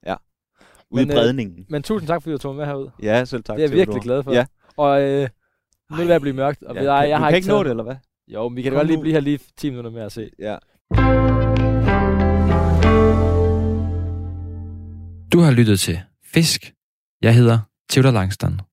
Ude i men, øh, bredningen. Men tusind tak, fordi du tog mig med herud. Ja, selv tak. det er jeg til, at du virkelig var- glad for. Ja. Og øh, nu er det ved at blive mørkt, og ja, jeg, jeg har ikke, taget- eller hvad? Jo, men vi kan Kom godt lige nu. blive her lige 10 minutter mere at se. Ja. Du har lyttet til Fisk. Jeg hedder Theodor Langstrand.